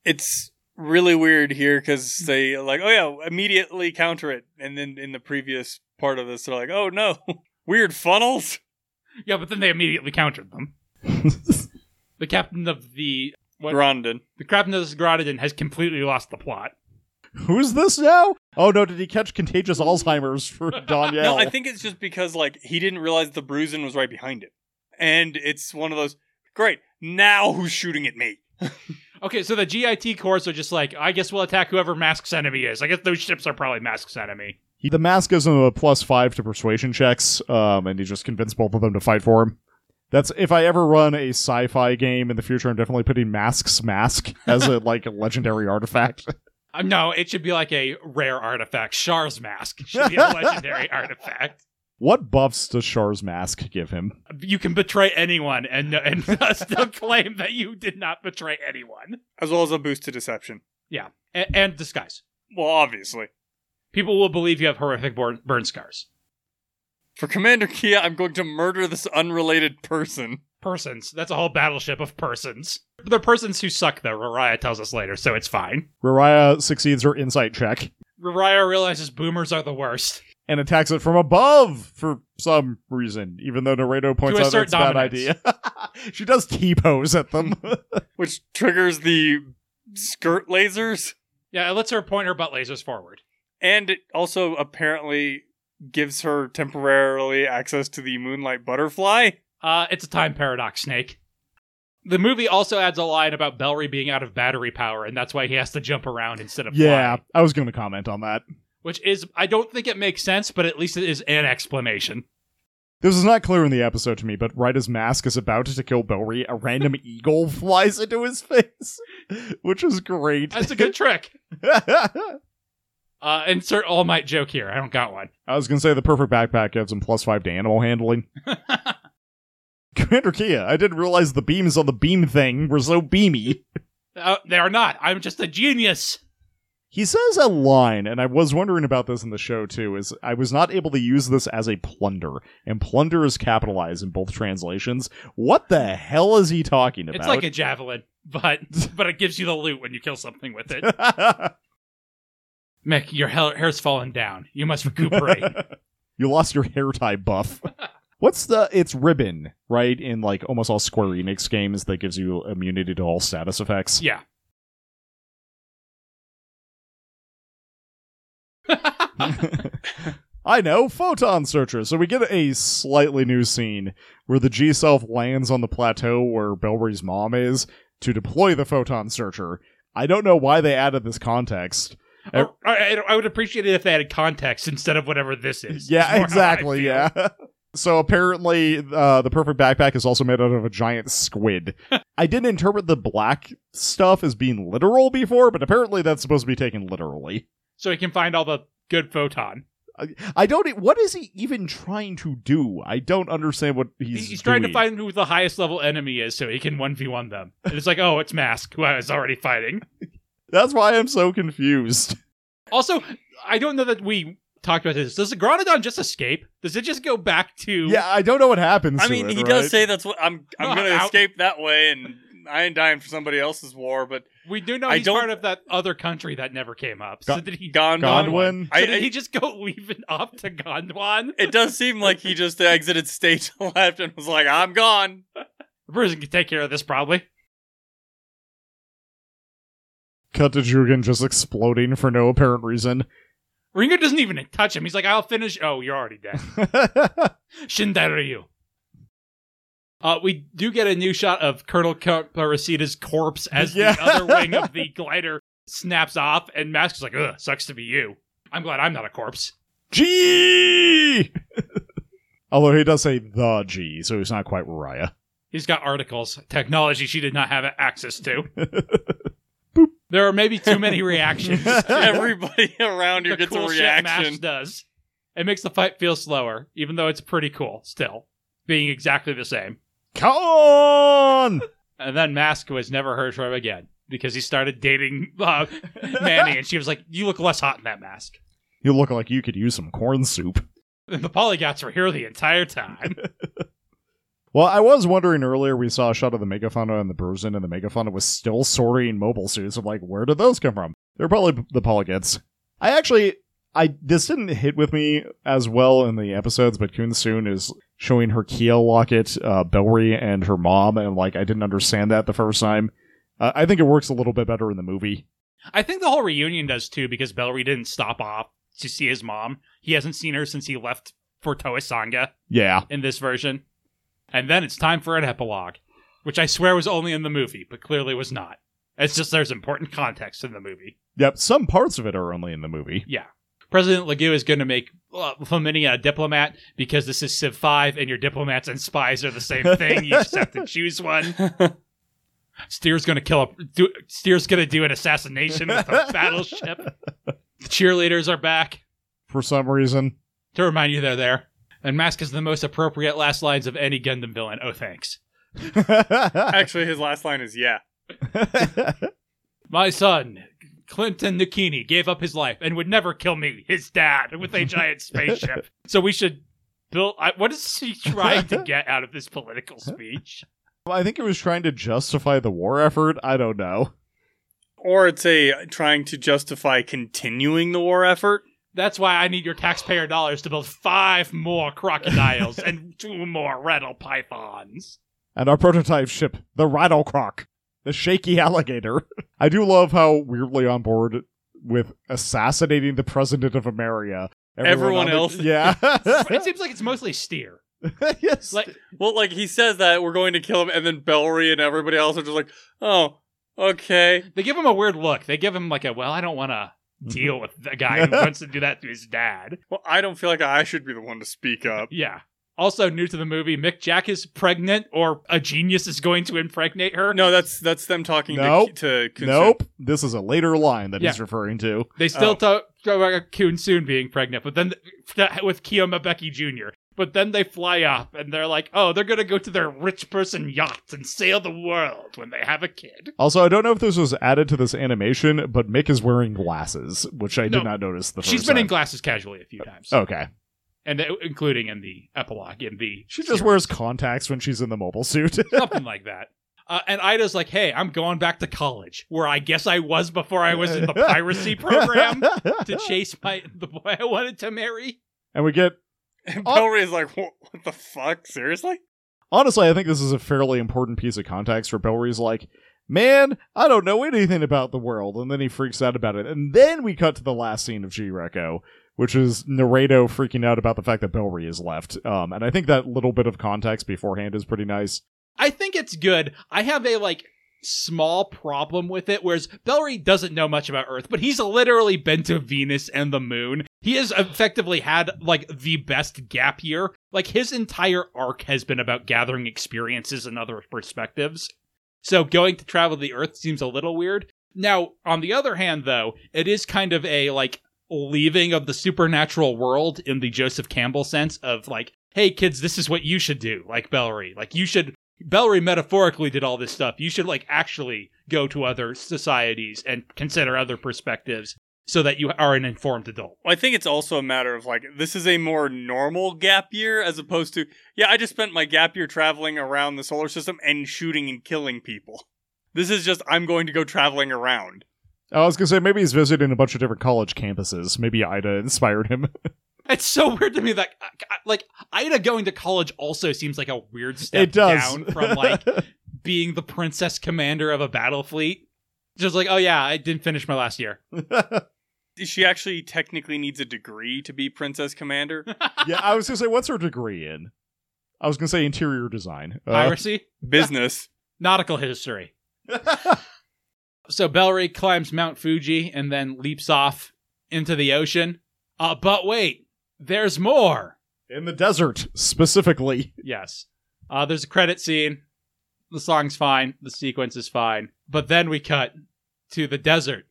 Speaker 3: It's really weird here because they are like, oh yeah, immediately counter it, and then in the previous part of this, they're like, oh no, weird funnels.
Speaker 1: Yeah, but then they immediately countered them. The captain of the What?
Speaker 3: Grondin.
Speaker 1: the captain of the Grotodon has completely lost the plot.
Speaker 2: Who's this now? Oh no, did he catch contagious Alzheimer's for Danielle?
Speaker 3: No, I think it's just because like he didn't realize the bruising was right behind it, and it's one of those. Great, now who's shooting at me?
Speaker 1: Okay, so the GIT corps are just like, I guess we'll attack whoever Mask's enemy is. I guess those ships are probably Mask's enemy.
Speaker 2: He- the mask gives him a plus five to persuasion checks, um, and he just convinced both of them to fight for him. That's if I ever run a sci-fi game in the future, I'm definitely putting Mask's Mask as a like a legendary artifact.
Speaker 1: Um, no, it should be like a rare artifact. Shar's mask should be a legendary artifact.
Speaker 2: What buffs does Char's mask give him?
Speaker 1: You can betray anyone and and still claim that you did not betray anyone.
Speaker 3: As well as a boost to deception.
Speaker 1: A- and disguise.
Speaker 3: Well, obviously.
Speaker 1: People will believe you have horrific burn, burn scars.
Speaker 3: For Commander Kia, I'm going to murder this unrelated person.
Speaker 1: Persons. That's a whole battleship of persons. They're persons who suck, though. Rariah tells us later, so it's fine.
Speaker 2: Rariah succeeds her insight check
Speaker 1: Rariah realizes boomers are the worst.
Speaker 2: and attacks it from above for some reason, even though Naruto points out
Speaker 1: assert
Speaker 2: that's a bad
Speaker 1: dominance.
Speaker 2: idea. she does T pose at them.
Speaker 3: Which triggers the skirt lasers.
Speaker 1: Yeah, it lets her point her butt lasers forward.
Speaker 3: And it also apparently gives her temporarily access to the moonlight butterfly.
Speaker 1: Uh, it's a time paradox, Snake. The movie also adds a line about Bellry being out of battery power, and that's why he has to jump around instead of
Speaker 2: yeah,
Speaker 1: fly.
Speaker 2: I was going to comment on that.
Speaker 1: Which is, I don't think it makes sense, but at least it is an explanation.
Speaker 2: This is not clear in the episode to me, but right as Mask is about to kill Bellry, a random eagle flies into his face, which is great.
Speaker 1: That's a good trick.
Speaker 2: I
Speaker 1: Uh, insert All Might joke here. I don't got one.
Speaker 2: was going to say the perfect backpack gives him plus five to animal handling. Commander Kia, I didn't realize the beams on the beam thing were so beamy.
Speaker 1: Uh, they are not. I'm just a genius.
Speaker 2: He says a line, and I was wondering about this in the show too, is I was not able to use this as a plunder, and plunder is capitalized in both translations. What the hell is he talking about?
Speaker 1: It's like a javelin, but but it gives you the loot when you kill something with it. Mick, your hair, hair's fallen down. You must recuperate.
Speaker 2: Uh, you lost your hair tie buff. What's the? It's ribbon, right? In like almost all Square Enix games that gives you immunity to all status effects.
Speaker 1: yeah.
Speaker 2: I know, photon searcher. So we get a slightly new scene where the G self lands on the plateau where Bellry's mom is to deploy the photon searcher. I don't know why they added this context. Ev-
Speaker 1: Or- Oh, I, I- I would appreciate it if they had context instead of whatever this is. It's more
Speaker 2: Yeah,
Speaker 1: how I
Speaker 2: exactly.
Speaker 1: feel.
Speaker 2: Yeah. So apparently, uh, the perfect backpack is also made out of a giant squid. I didn't interpret the black stuff as being literal before, but apparently that's supposed to be taken literally.
Speaker 1: So he can find all the good photon.
Speaker 2: I, I don't. e- What is he even trying to do? I don't understand what he's.
Speaker 1: He's, trying to
Speaker 2: doing.
Speaker 1: find who the highest level enemy is so he can 1v1 them. And it's like, oh, it's Mask, who I was already fighting.
Speaker 2: That's why I'm so confused.
Speaker 1: Also, I don't know that we talked about this. Does the Gronodon just escape? Does it just go back to.
Speaker 2: Yeah, I don't know what happens.
Speaker 3: I
Speaker 2: to
Speaker 3: mean,
Speaker 2: it,
Speaker 3: he does
Speaker 2: right?
Speaker 3: say that's what I'm. I'm
Speaker 1: No,
Speaker 3: gonna
Speaker 1: out-
Speaker 3: escape that way, and I ain't dying for somebody else's war. But
Speaker 1: We do know
Speaker 3: I
Speaker 1: he's
Speaker 3: don't-
Speaker 1: part of that other country that never came up. So
Speaker 2: Go-
Speaker 1: did he.
Speaker 3: Gondwan.
Speaker 2: Gondwan.
Speaker 1: So
Speaker 3: I,
Speaker 1: did
Speaker 3: I-
Speaker 1: he just go leaving off to Gondwan?
Speaker 3: it does seem like he just exited stage left and was like, "I'm gone."
Speaker 1: Bruising can take care of this probably.
Speaker 2: Cut to Jugen just exploding for no apparent reason.
Speaker 1: Ringer doesn't even touch him. He's like, I'll finish. Oh, you're already dead. Shindaryu. Uh, we do get a new shot of Colonel Parasita's corpse as
Speaker 2: Yeah.
Speaker 1: the other wing of the glider snaps off, and Mask is like, ugh, sucks to be you. I'm glad I'm not a corpse.
Speaker 2: G. Although he does say the G, so he's not quite Raya.
Speaker 1: He's got articles, technology she did not have access to. There are maybe too many reactions.
Speaker 3: Everybody around here
Speaker 1: the
Speaker 3: gets
Speaker 1: cool
Speaker 3: a
Speaker 1: shit Mash
Speaker 3: reaction.
Speaker 1: does. It makes the fight feel slower, even though it's pretty cool still, being exactly the same.
Speaker 2: Come on!
Speaker 1: And then Mask was never heard from again because he started dating uh, Manny, and she was like, "You look less hot in that mask."
Speaker 2: You look like you could use some corn soup.
Speaker 1: And the Polygots were here the entire time.
Speaker 2: Well, I was wondering earlier, we saw a shot of the Megafauna and the Bruisin, and the Megafauna was still sorting mobile suits. I'm like, where did those come from? They're probably the Polygons. I actually, I this didn't hit with me as well in the episodes, but Kunsoon is showing her Kia locket, uh, Bellry, and her mom, and like, I didn't understand that the first time. Uh, I think it works a little bit better in the movie.
Speaker 1: I think the whole reunion does too because Bellry didn't stop off to see his mom. He hasn't seen her since he left for Toa Sanga
Speaker 2: Yeah.
Speaker 1: in this version. And then it's time for an epilogue, which I swear was only in the movie, but clearly was not. It's just there's important context in the movie.
Speaker 2: Yep, some parts of it are only in the movie.
Speaker 1: Yeah. President Legu is going to make uh, Flaminia a diplomat because this is Civ 5 and your diplomats and spies are the same thing. You just have to choose one. Steer's going to kill a do, Steer's going to do an assassination with a battleship. The cheerleaders are back
Speaker 2: For some reason.
Speaker 1: to remind you they're there. And Mask is the most appropriate last lines of any Gundam villain. Oh, thanks.
Speaker 3: Actually, his last line is "Yeah."
Speaker 1: My son, Clinton Nakini, gave up his life and would never kill me, his dad, with a giant spaceship. So we should build. I, what is he trying to get out of this political speech?
Speaker 2: I think it was trying to justify the war effort. I don't know.
Speaker 3: Or it's a trying to justify continuing the war effort.
Speaker 1: That's why I need your taxpayer dollars to build five more crocodiles and two more rattle pythons.
Speaker 2: And our prototype ship, the Rattlecroc, the shaky alligator. I do love how weirdly on board with assassinating the president of America.
Speaker 3: Everyone
Speaker 2: on the-
Speaker 3: else-
Speaker 1: It seems like it's mostly steer.
Speaker 2: yeah. yes.
Speaker 1: Like
Speaker 3: Well, like he says that we're going to kill him, and then Bellry and everybody else are just like, "Oh, okay."
Speaker 1: they give him a weird look. They give him like a well, I don't want to
Speaker 2: Mm-hmm.
Speaker 1: deal with the guy who wants to do that to his dad.
Speaker 3: Well, I don't feel like I should be the one to speak up.
Speaker 1: Yeah. Also new to the movie, Mick Jack is pregnant, or a genius is going to impregnate her.
Speaker 3: No, that's that's them talking
Speaker 2: Nope.
Speaker 3: to, to Kunsoon.
Speaker 2: nope. This is a later line that he's
Speaker 1: Yeah.
Speaker 2: referring to.
Speaker 1: they still talk about Kun soon being pregnant, but then with Kiyoma Becky Jr. But then they fly up, and they're like, "Oh, they're gonna go to their rich person yachts and sail the world when they have a kid."
Speaker 2: Also, I don't know if this was added to this animation, but Mick is wearing glasses, which I
Speaker 1: No.
Speaker 2: did not notice the first
Speaker 1: She's been in
Speaker 2: time.
Speaker 1: glasses casually a
Speaker 2: Oh.
Speaker 1: few times,
Speaker 2: okay.
Speaker 1: and uh, including in the epilogue in the
Speaker 2: She just
Speaker 1: series.
Speaker 2: wears contacts when she's in the mobile suit.
Speaker 1: something like that. Uh, and Ida's like, "Hey, I'm going back to college, where I guess I was before I was in the piracy program." to chase my the boy I wanted to marry.
Speaker 2: and we get
Speaker 3: And Bellry is like, "What, what the fuck? Seriously?"
Speaker 2: honestly, I think this is a fairly important piece of context for Bellry's like, man, I don't know anything about the world, and then he freaks out about it. And then we cut to the last scene of G Reco, which is Naruto freaking out about the fact that Bellry is left. Um, and I think that little bit of context beforehand is pretty nice.
Speaker 1: I think it's good. I have a like small problem with it, whereas Bellary doesn't know much about Earth, but he's literally been to Venus and the Moon. He has effectively had like the best gap year. Like his entire arc has been about gathering experiences and other perspectives. So going to travel the Earth seems a little weird. Now, on the other hand, though, it is kind of a like leaving of the supernatural world in the Joseph Campbell sense of like, hey kids, this is what you should do, like Bellary. Like you should Bellary metaphorically did all this stuff. You should like actually go to other societies and consider other perspectives so that you are an informed adult.
Speaker 3: Well, I think it's also a matter of like this is a more normal gap year as opposed to yeah, I just spent my gap year traveling around the solar system and shooting and killing people. This is just I'm going to go traveling around.
Speaker 2: I was gonna say maybe he's visiting a bunch of different college campuses. Maybe Ida inspired him.
Speaker 1: It's so weird to me that uh, like Ida going to college also seems like a weird step
Speaker 2: it does.
Speaker 1: down from like being the princess commander of a battle fleet. Just like, oh yeah, I didn't finish my last year.
Speaker 2: Uh.
Speaker 3: She actually technically needs a degree to be princess commander.
Speaker 2: yeah, I was gonna say what's her degree in? I was gonna say interior design. Uh,
Speaker 1: Piracy,
Speaker 3: Business.
Speaker 1: nautical history. So Bellary climbs Mount Fuji and then leaps off into the ocean. Uh, but wait, there's more.
Speaker 2: in the desert specifically.
Speaker 1: Yes. Uh, there's a credit scene. The song's fine. The sequence is fine. But then we cut to the desert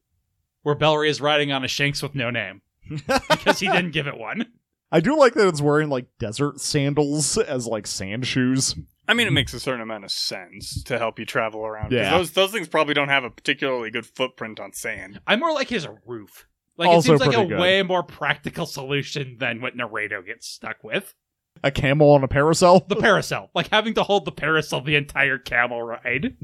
Speaker 1: where Bellary is riding on a Shanks with no name because he didn't give it one.
Speaker 2: I do like that it's wearing like desert sandals as like sand shoes.
Speaker 3: I mean, it makes a certain amount of sense to help you travel around. 'cause
Speaker 2: Yeah.
Speaker 3: Those those things probably don't have a particularly good footprint on sand.
Speaker 1: I'm more like his roof. Like,
Speaker 2: Also
Speaker 1: it seems like
Speaker 2: pretty
Speaker 1: a
Speaker 2: good.
Speaker 1: way more practical solution than what Naruto gets stuck with.
Speaker 2: A camel on a parasol.
Speaker 1: the parasol, like having to hold the parasol the entire camel ride.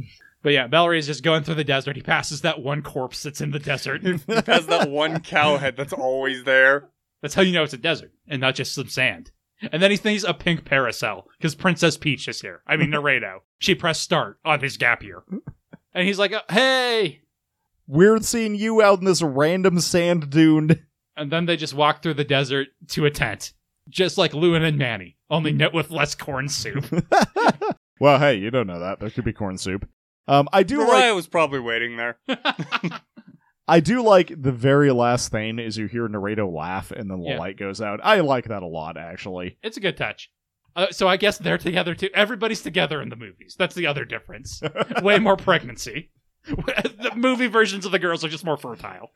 Speaker 1: But yeah, Bellary is just going through the desert. He passes that one corpse that's in the desert.
Speaker 3: It has that one cow head that's always there.
Speaker 1: That's how you know it's a desert and not just some sand. And then he sees a pink parasol because Princess Peach is here. I mean, Naruto. She pressed start on his gap year. And he's like, uh, hey.
Speaker 2: Weird seeing you out in this random sand dune.
Speaker 1: And then they just walk through the desert to a tent, just like Lewin and Manny, only knit with less corn soup.
Speaker 2: Well, hey, you don't know that. There could be corn soup. Um, I do like
Speaker 3: Mariah was probably waiting there.
Speaker 2: I do like the very last thing is you hear Naruto laugh and then the
Speaker 1: Yeah.
Speaker 2: light goes out. I like that a lot actually.
Speaker 1: It's a good touch. Uh, so I guess they're together too. Everybody's together in the movies. That's the other difference. Way more pregnancy. the movie versions of the girls are just more fertile.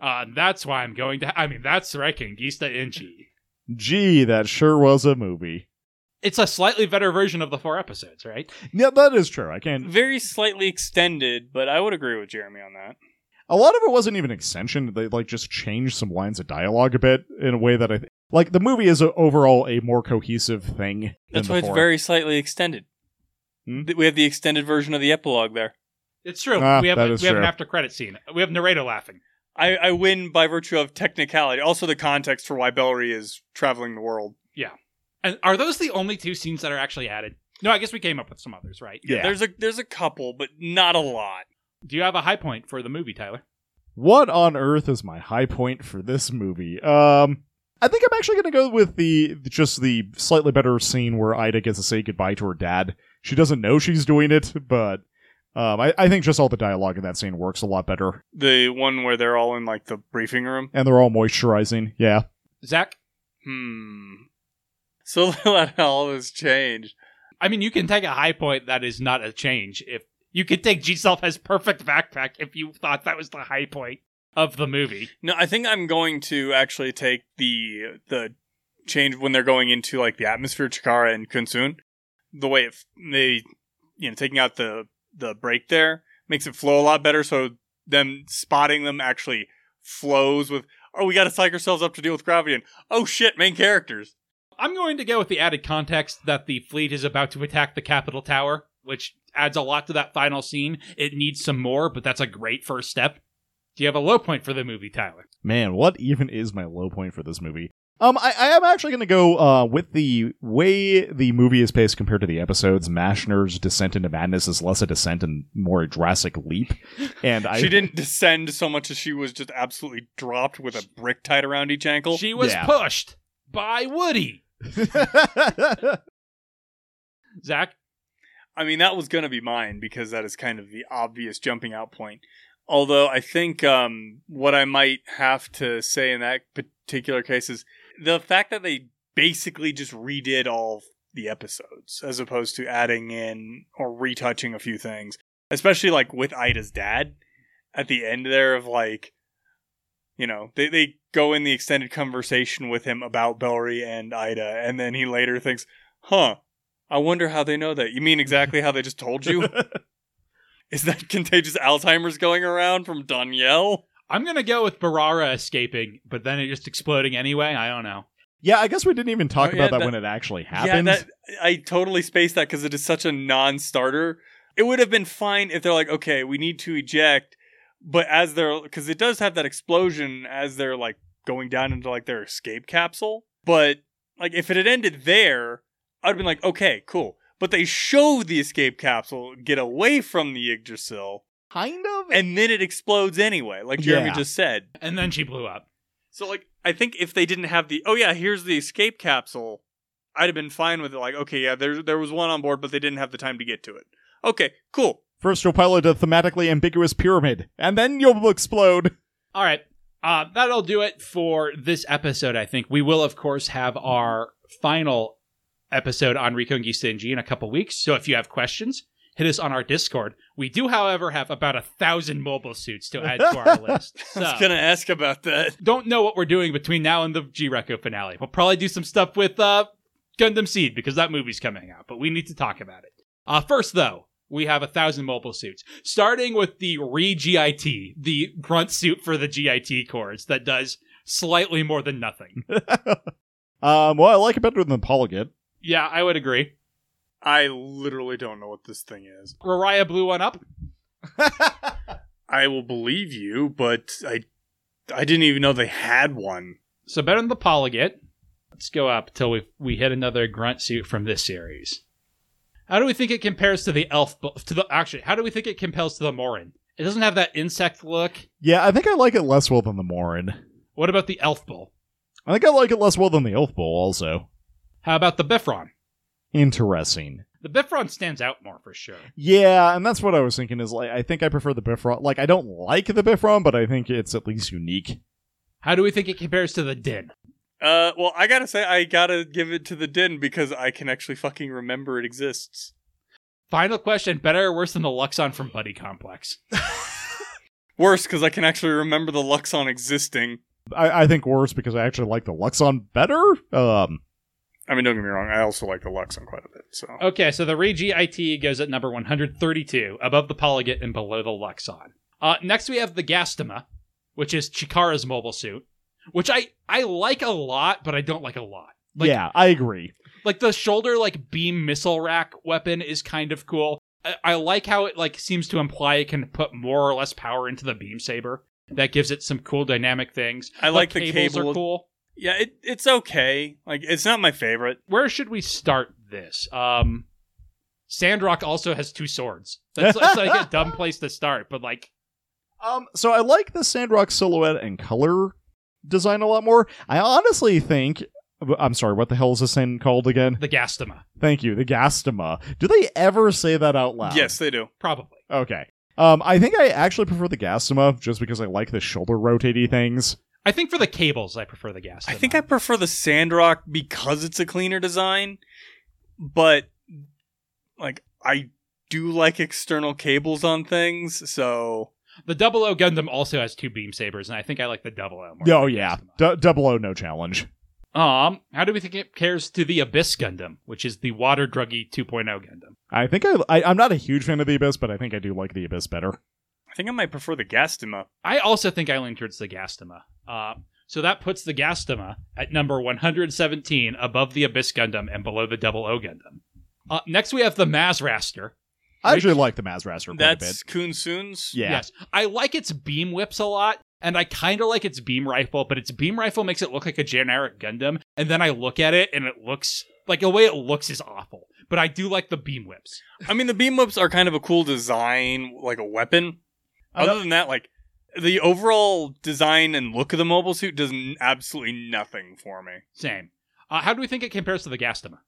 Speaker 1: Uh, that's why I'm going to. I mean, that's Reikin, Gista Inchi.
Speaker 2: Gee, that sure was a movie.
Speaker 1: It's a slightly better version of the four episodes, right?
Speaker 2: Yeah, that is true. I can't.
Speaker 3: Very slightly extended, but I would agree with Jeremy on that.
Speaker 2: A lot of it wasn't even extension. They like just changed some lines of dialogue a bit in a way that I th- like. The movie is a, overall a more cohesive thing. than
Speaker 3: That's
Speaker 2: the
Speaker 3: why it's
Speaker 2: four.
Speaker 3: very slightly extended.
Speaker 2: Hmm?
Speaker 3: Th- We have the extended version of the epilogue there.
Speaker 1: It's true.
Speaker 2: Ah,
Speaker 1: we have,
Speaker 2: that
Speaker 1: a-
Speaker 2: is
Speaker 1: we have an
Speaker 2: true.
Speaker 1: after credit scene. We have Naruto laughing.
Speaker 3: I, I win by virtue of technicality. Also, the context for why Bellary is traveling the world.
Speaker 1: And are those the only two scenes that are actually added? No, I guess we came up with some others, right?
Speaker 2: Yeah.
Speaker 3: There's a there's a couple, but not a lot.
Speaker 1: Do you have a high point for the movie, Tyler?
Speaker 2: What on earth is my high point for this movie? Um, I think I'm actually going to go with the just the slightly better scene where Ida gets to say goodbye to her dad. She doesn't know she's doing it, but um, I, I think just all the dialogue in that scene works a lot better,
Speaker 3: The one where they're all in like the briefing room.
Speaker 2: and they're all moisturizing. Yeah,
Speaker 1: Zach?
Speaker 3: Hmm. So little out of all this change.
Speaker 1: I mean, you can take a high point that is not a change. If you could take G Self as perfect backpack if you thought that was the high point of the movie.
Speaker 3: No, I think I'm going to actually take the the change when they're going into like the atmosphere of Chikara and Kunsun. The way it, f- they you know taking out the the break there makes it flow a lot better. So them spotting them actually flows with. Oh, we got to psych ourselves up to deal with gravity. And oh shit, main characters.
Speaker 1: I'm going to go with the added context that the fleet is about to attack the Capitol Tower, which adds a lot to that final scene. It needs some more, but that's a great first step. Do you have a low point for the movie, Tyler?
Speaker 2: man, what even is my low point for this movie? Um, I, I am actually going to go uh, with the way the movie is paced compared to the episodes. Mashner's descent into madness is less a descent and more a drastic leap. And I
Speaker 3: she didn't descend so much as she was just absolutely dropped with a brick tied around each ankle.
Speaker 1: She was
Speaker 2: Yeah.
Speaker 1: pushed by Woody. Zach,
Speaker 3: I mean, that was going to be mine because that is kind of the obvious jumping out point. Although I think um, what I might have to say in that particular case is the fact that they basically just redid all the episodes as opposed to adding in or retouching a few things, especially like with Ida's dad at the end there of like, you know, they, they go in the extended conversation with him about Bellry and Ida, and then he later thinks, huh, I wonder how they know that. You mean exactly how they just told you? Is that contagious Alzheimer's going around from Danielle?
Speaker 1: I'm gonna go with Barara escaping, but then it just exploding anyway. I don't know.
Speaker 2: yeah, I guess we didn't even talk
Speaker 3: Oh, yeah,
Speaker 2: about that,
Speaker 3: that-
Speaker 2: when it actually happened.
Speaker 3: Yeah, that, I totally spaced that because it is such a non-starter. It would have been fine if they're like, okay, we need to eject, but as they're because it does have that explosion as they're like going down into like their escape capsule. But like if it had ended there, I'd have been like, okay, cool. But they show the escape capsule get away from the Yggdrasil,
Speaker 2: kind of.
Speaker 3: and then it explodes anyway, like Jeremy
Speaker 2: Yeah.
Speaker 3: just said.
Speaker 1: And then she blew up.
Speaker 3: So like I think if they didn't have the oh yeah, here's the escape capsule, I'd have been fine with it. Like, okay, yeah, there there was one on board, but they didn't have the time to get to it. Okay, cool.
Speaker 2: First, you'll pilot a thematically ambiguous pyramid, and then you'll explode.
Speaker 1: All right. Uh, that'll do it for this episode, I think. We will, of course, have our final episode on Rikungi Stingy in a couple weeks. So if you have questions, hit us on our Discord. We do, however, have about a thousand mobile suits to add to our list. So,
Speaker 3: I was gonna ask about that.
Speaker 1: don't know what we're doing between now and the G Reco finale. We'll probably do some stuff with uh, Gundam Seed because that movie's coming out, but we need to talk about it. Uh, first, though, we have a thousand mobile suits, starting with the Re GIT, the grunt suit for the GIT cores that does slightly more than nothing.
Speaker 2: Um, well, I like it better than the Polygon.
Speaker 1: yeah, I would agree.
Speaker 3: I literally don't know what this thing is.
Speaker 1: Raraya blew one up.
Speaker 3: I will believe you, but I I didn't even know they had one.
Speaker 1: So better than the Polygon. Let's go up till we we hit another grunt suit from this series. How do we think it compares to the elf? bu- To the actually, how do we think it compares to the Morin? It doesn't have that insect look.
Speaker 2: Yeah, I think I like it less well than the Morin.
Speaker 1: What about the elf bull?
Speaker 2: I think I like it less well than the Elf Bowl. Also,
Speaker 1: How about the Bifron?
Speaker 2: interesting.
Speaker 1: The Bifron stands out more for sure.
Speaker 2: Yeah, and that's what I was thinking. Is like I think I prefer the Bifron. Like I don't like the Bifron, but I think it's at least unique.
Speaker 1: How do we think it compares to the Din?
Speaker 3: Uh, well, I gotta say, I gotta give it to the Din because I can actually fucking remember it exists.
Speaker 1: Final question: Better or worse than the Luxon from Buddy Complex?
Speaker 3: Worse, because I can actually remember the Luxon existing.
Speaker 2: I, I think worse because I actually like the Luxon better. Um,
Speaker 3: I mean, don't get me wrong. I also like the Luxon quite a bit. So
Speaker 1: Okay, so the Regi IT goes at number 132, above the Polygon and below the Luxon. Uh, next, we have the Gastama, which is Chikara's mobile suit, which I, I like a lot, but I don't like a lot. Like,
Speaker 2: yeah, I agree.
Speaker 1: Like the shoulder like beam missile rack weapon is kind of cool. I, I like how it like seems to imply it can put more or less power into the beam saber. That gives it some cool dynamic things.
Speaker 3: I like the
Speaker 1: cables
Speaker 3: cable-
Speaker 1: are cool.
Speaker 3: yeah, it, it's okay. Like it's not my favorite.
Speaker 1: where should we start this? Um Sandrock also has two swords. That's, that's like a dumb place to start, but like
Speaker 2: Um, so I like the Sandrock silhouette and color design a lot more. I honestly think. I'm sorry. What the hell is this thing called again?
Speaker 1: the Gastama,
Speaker 2: Thank you. The Gastama. Do they ever say that out loud?
Speaker 3: Yes, they do.
Speaker 1: probably.
Speaker 2: Okay. Um, I think I actually prefer the Gastama just because I like the shoulder rotatey things.
Speaker 1: I think for the cables, I prefer the Gastama.
Speaker 3: I think I prefer the Sandrock because it's a cleaner design, but like I do like external cables on things. So
Speaker 1: the Double O Gundam also has two beam sabers, and I think I like the Double O. More than
Speaker 2: Oh
Speaker 1: the
Speaker 2: yeah,
Speaker 1: Gastama.
Speaker 2: D- double O no challenge.
Speaker 1: um, how do we think it compares to the Abyss Gundam, which is the Water Druggy 2.0 Gundam?
Speaker 2: I think I, I I'm not a huge fan of the Abyss, but I think I do like the Abyss better.
Speaker 3: I think I might prefer the Gastema.
Speaker 1: I also think I lean towards the Gastama. Uh, so that puts the Gastama at number 117 above the Abyss Gundam and below the Double O Gundam. Uh, next, we have the Mazraster.
Speaker 2: I actually
Speaker 1: Which-
Speaker 2: like the Mazraster quite a bit.
Speaker 3: That's Kunsun's.
Speaker 2: Yeah,
Speaker 1: Yes. I like its beam whips a lot. and I kind of like its beam rifle, but its beam rifle makes it look like a generic Gundam. And then I look at it and it looks like the way it looks is awful. But I do like the beam whips.
Speaker 3: I mean, the beam whips are kind of a cool design, like a weapon. Other than that, like the overall design and look of the mobile suit does n- absolutely nothing for me.
Speaker 1: Same. Uh, how do we think it compares to the Gastama?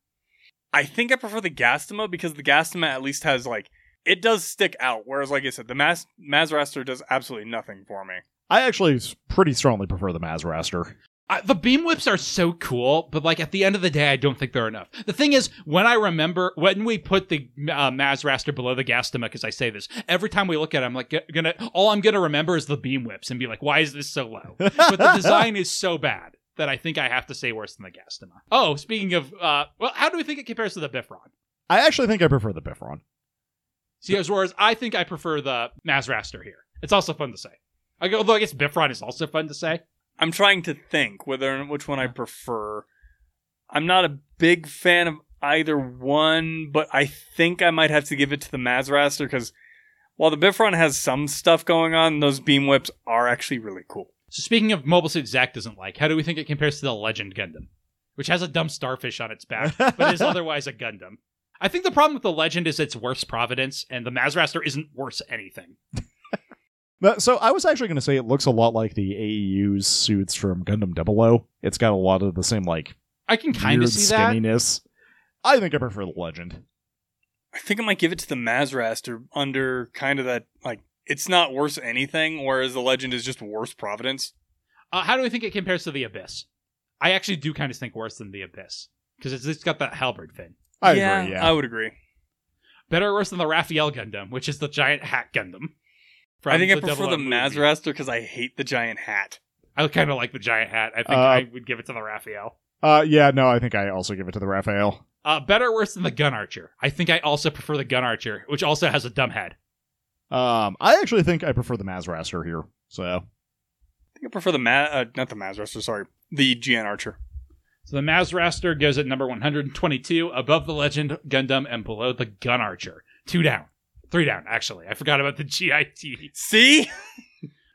Speaker 3: I think I prefer the Gastama because the Gastama at least has like it does stick out, whereas like I said, the Mas- Mazraster does absolutely nothing for me.
Speaker 2: I actually s- pretty strongly prefer the Mazraster.
Speaker 1: Uh, the beam whips are so cool, but like at the end of the day, I don't think they're enough. The thing is, when I remember when we put the uh, Mazraster below the Gastama, because I say this every time we look at it, I'm like, "G- gonna all I'm gonna remember is the beam whips and be like, why is this so low? but the design is so bad that I think I have to say worse than the Gastama. Oh, speaking of, uh, well, how do we think it compares to the Bifron?
Speaker 2: I actually think I prefer the Bifron.
Speaker 1: See, as whereas I think I prefer the Mazraster here. It's also fun to say. I go, although I guess Bifron is also fun to say.
Speaker 3: I'm trying to think whether which one I prefer. I'm not a big fan of either one, but I think I might have to give it to the Mazraster because while the Bifron has some stuff going on, those beam whips are actually really cool.
Speaker 1: So speaking of mobile suits Zach doesn't like, how do we think it compares to the Legend Gundam, which has a dumb starfish on its back, but is otherwise a Gundam? I think the problem with the Legend is it's worse Providence, and the Mazraster isn't worse anything.
Speaker 2: But- So I was actually going to say it looks a lot like the AEU's suits from Gundam 0 It's got a lot of the same like
Speaker 1: I can kind
Speaker 2: weird
Speaker 1: of see that.
Speaker 2: skinniness. I think I prefer the Legend.
Speaker 3: I think I might give it to the Mazraster under kind of that like it's not worse anything, whereas the Legend is just worse Providence.
Speaker 1: Uh, how do we think it compares to the Abyss? I actually do kind of think worse than the Abyss because it's, it's got that halberd fin.
Speaker 2: I agree.
Speaker 1: um
Speaker 2: Yeah.
Speaker 3: I would agree.
Speaker 1: Better or worse than the Raphael Gundam, which is the giant hat Gundam. from
Speaker 3: I think I prefer
Speaker 1: 00
Speaker 3: the
Speaker 1: movie.
Speaker 3: Mazraster because I hate the giant hat.
Speaker 1: I kind of like the giant hat. I think
Speaker 2: Uh,
Speaker 1: I would give it to the Raphael.
Speaker 2: Uh, yeah. No, I think I also give it to the Raphael.
Speaker 1: Uh, better or worse than the Gun Archer? I think I also prefer the Gun Archer, which also has a dumb head.
Speaker 2: Um, I actually think I prefer the Mazraster here. So
Speaker 3: I think I prefer the Ma- uh, not the Mazraster, sorry, the GN Archer.
Speaker 1: So the Mazraster goes at number 122, above the Legend Gundam and below the Gun Archer. Two down. Three down, actually. I forgot about the GIT.
Speaker 3: See.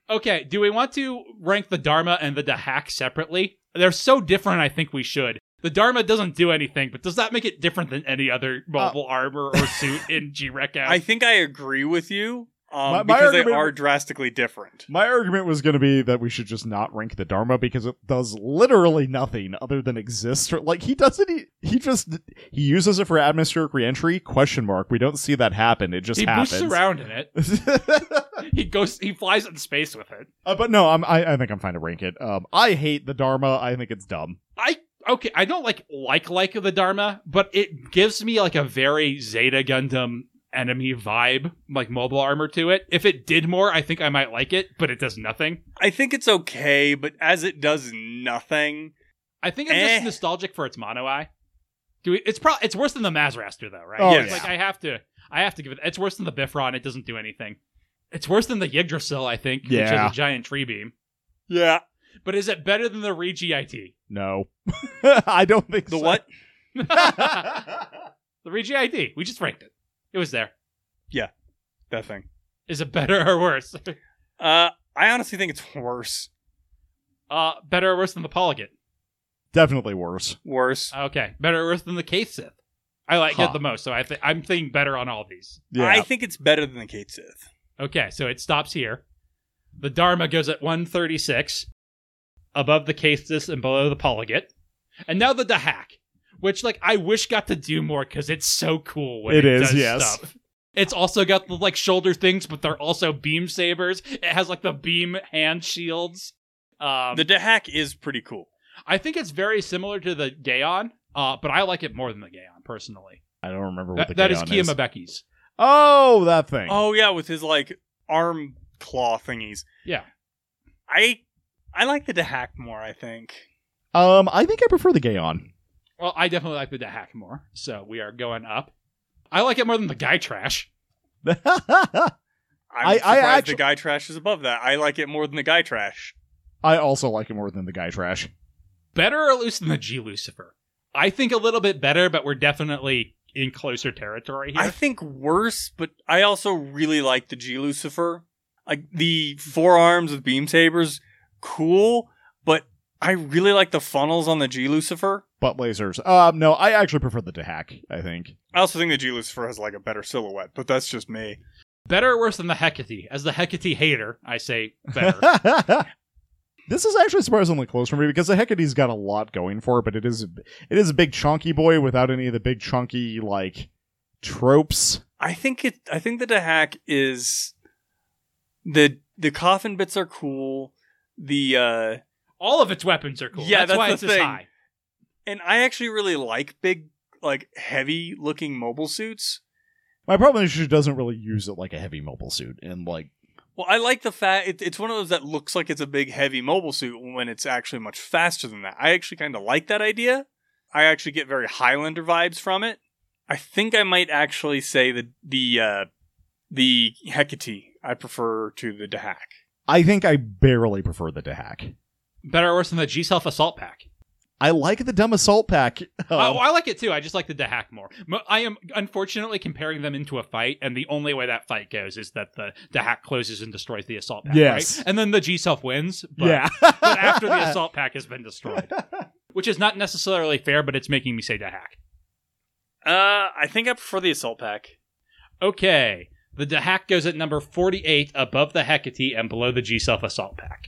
Speaker 1: Okay, do we want to rank the Dharma and the Dahak separately? They're so different, I think we should. The Dharma doesn't do anything, but does that make it different than any other
Speaker 2: Uh,
Speaker 1: mobile armor or suit in G-Rec?
Speaker 3: I think I agree with you
Speaker 2: My-
Speaker 3: um,
Speaker 2: my
Speaker 3: because they
Speaker 2: argument-
Speaker 3: are drastically different.
Speaker 2: my argument was going to be that we should just not rank the Dharma because it does literally nothing other than exist. Like he doesn't. He, he just he uses it for atmospheric reentry? Question mark. We don't see that happen. It just
Speaker 1: he boosts
Speaker 2: happens.
Speaker 1: around in it. He goes, he flies in space with it.
Speaker 2: Uh, but no, I'm, I, I think I'm fine to rank it. Um, I hate the Dharma. I think it's dumb.
Speaker 1: I okay, I don't like like like the Dharma, but it gives me like a very Zeta Gundam enemy vibe, like mobile armor to it. If it did more, I think I might like it, but it does nothing.
Speaker 3: I think it's okay, but as it does nothing,
Speaker 1: I think I'm
Speaker 3: Eh.
Speaker 1: just nostalgic for its mono eye. Do we, it's probably it's worse than the Mazraster though, right?
Speaker 2: Oh,
Speaker 1: It's
Speaker 2: yeah.
Speaker 1: Like I have to I have to give it it's worse than the Bifron, it doesn't do anything. It's worse than the Yggdrasil, I think, which
Speaker 2: Yeah.
Speaker 1: is a giant tree beam.
Speaker 3: yeah,
Speaker 1: But is it better than the ReGIT?
Speaker 2: No, I don't think
Speaker 3: the
Speaker 2: so.
Speaker 3: what?
Speaker 1: the ReGIT. We just ranked it. It was there.
Speaker 3: That thing.
Speaker 1: Is it better or worse?
Speaker 3: Uh, I honestly think it's worse.
Speaker 1: Uh, better or worse than the Polygon?
Speaker 2: Definitely worse.
Speaker 3: Worse.
Speaker 1: Okay, better or worse than the Cave Sith? I like
Speaker 2: Huh.
Speaker 1: it the most, so I th- I'm thinking better on all these.
Speaker 2: Yeah.
Speaker 3: I think it's better than the Kate Sith.
Speaker 1: Okay, so it stops here. The Dharma goes at 136, above the Cave Sith and below the Polygon, and now the Dahak, which like I wish got to do more because it's so cool. When
Speaker 2: It
Speaker 1: it,
Speaker 2: is,
Speaker 1: does
Speaker 2: yes.
Speaker 1: Stuff. It's also got the like shoulder things, but they're also beam sabers. It has like the beam hand shields. Um,
Speaker 3: The Dahak is pretty cool.
Speaker 1: I think it's very similar to the Gaon, uh, but I like it more than the Gaon personally.
Speaker 2: I don't remember
Speaker 1: That,
Speaker 2: what the
Speaker 1: that is
Speaker 2: Gaon
Speaker 1: Kia Mabeki's.
Speaker 2: Oh, that thing.
Speaker 3: Oh yeah, with his like arm claw thingies.
Speaker 1: Yeah.
Speaker 3: I I like the Dahak more. I think.
Speaker 2: Um, I think I prefer the Gaon.
Speaker 1: Well, I definitely like the Dahak more, so we are going up. I like it more than the Guy Trash.
Speaker 2: I
Speaker 3: I'm
Speaker 2: I- I
Speaker 3: surprised
Speaker 2: actu-
Speaker 3: the guy trash is above that. I like it more than the guy trash.
Speaker 2: also like it more than the guy trash.
Speaker 1: Better or loose than the G Lucifer? I think a little bit better, but we're definitely in closer territory here.
Speaker 3: I think worse, but I also really like the G Lucifer. Like the forearms with beam sabers, cool, but I really like the funnels on the G Lucifer.
Speaker 2: Butt lasers. Um, no, I actually prefer the Dahak. I think.
Speaker 3: I also think the G Lucifer has like a better silhouette, but that's just me.
Speaker 1: Better or worse than the Hecate? As the Hecate hater, I say better.
Speaker 2: this is actually surprisingly close for me because the Hecate's got a lot going for it, but it is it is a big chunky boy without any of the big chunky like tropes.
Speaker 3: I think it. I think the Dahak is the the coffin bits are cool. The uh
Speaker 1: All of its weapons are cool.
Speaker 3: Yeah,
Speaker 1: that's,
Speaker 3: that's
Speaker 1: why
Speaker 3: the
Speaker 1: it's this
Speaker 3: thing.
Speaker 1: high.
Speaker 3: and I actually really like big, like heavy looking mobile suits.
Speaker 2: My problem is she doesn't really use it like a heavy mobile suit, and like
Speaker 3: Well, I like the fact it, it's one of those that looks like it's a big, heavy mobile suit when it's actually much faster than that. I actually kind of like that idea. I actually get very Highlander vibes from it. I think I might actually say that the uh, the Hecate I prefer to the Dahak.
Speaker 2: I think I barely prefer the Dahak.
Speaker 1: Better or worse than the G Self Assault Pack.
Speaker 2: I like the dumb assault pack. Um,
Speaker 1: Oh, I like it too. I just like the Dahak more. Mo- I am unfortunately comparing them into a fight, and the only way that fight goes is that the Dahak closes and destroys the assault pack.
Speaker 2: Yes.
Speaker 1: right? and then the G self wins. But,
Speaker 2: yeah.
Speaker 1: but after the assault pack has been destroyed, which is not necessarily fair, but it's making me say Dahak.
Speaker 3: Uh, I think I prefer the Assault Pack.
Speaker 1: Okay, the Dahak goes at number forty-eight, above the Hecate and below the G self assault pack.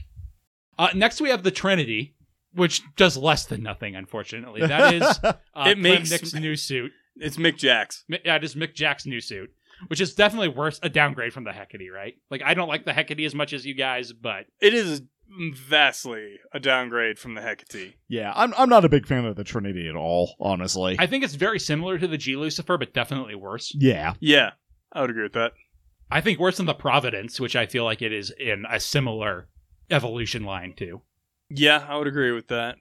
Speaker 1: Uh, next, we have the Trinity, which does less than nothing. Unfortunately, that is uh,
Speaker 3: It
Speaker 1: Clem
Speaker 3: makes-
Speaker 1: Nick's new suit.
Speaker 3: It's Mick Jacks.
Speaker 1: Mi- Yeah, it is Mick Jack's new suit, which is definitely worse a downgrade from the Hecate, right? Like I don't like the Hecate as much as you guys, but
Speaker 3: It is vastly a downgrade from the Hecate.
Speaker 2: yeah, I'm I'm not a big fan of the Trinity at all, honestly.
Speaker 1: I think it's very similar to the G Lucifer, but definitely worse.
Speaker 2: yeah.
Speaker 3: Yeah, I would agree with that.
Speaker 1: I think worse than the Providence, which I feel like it is in a similar evolution line to.
Speaker 3: Yeah, I would agree with that.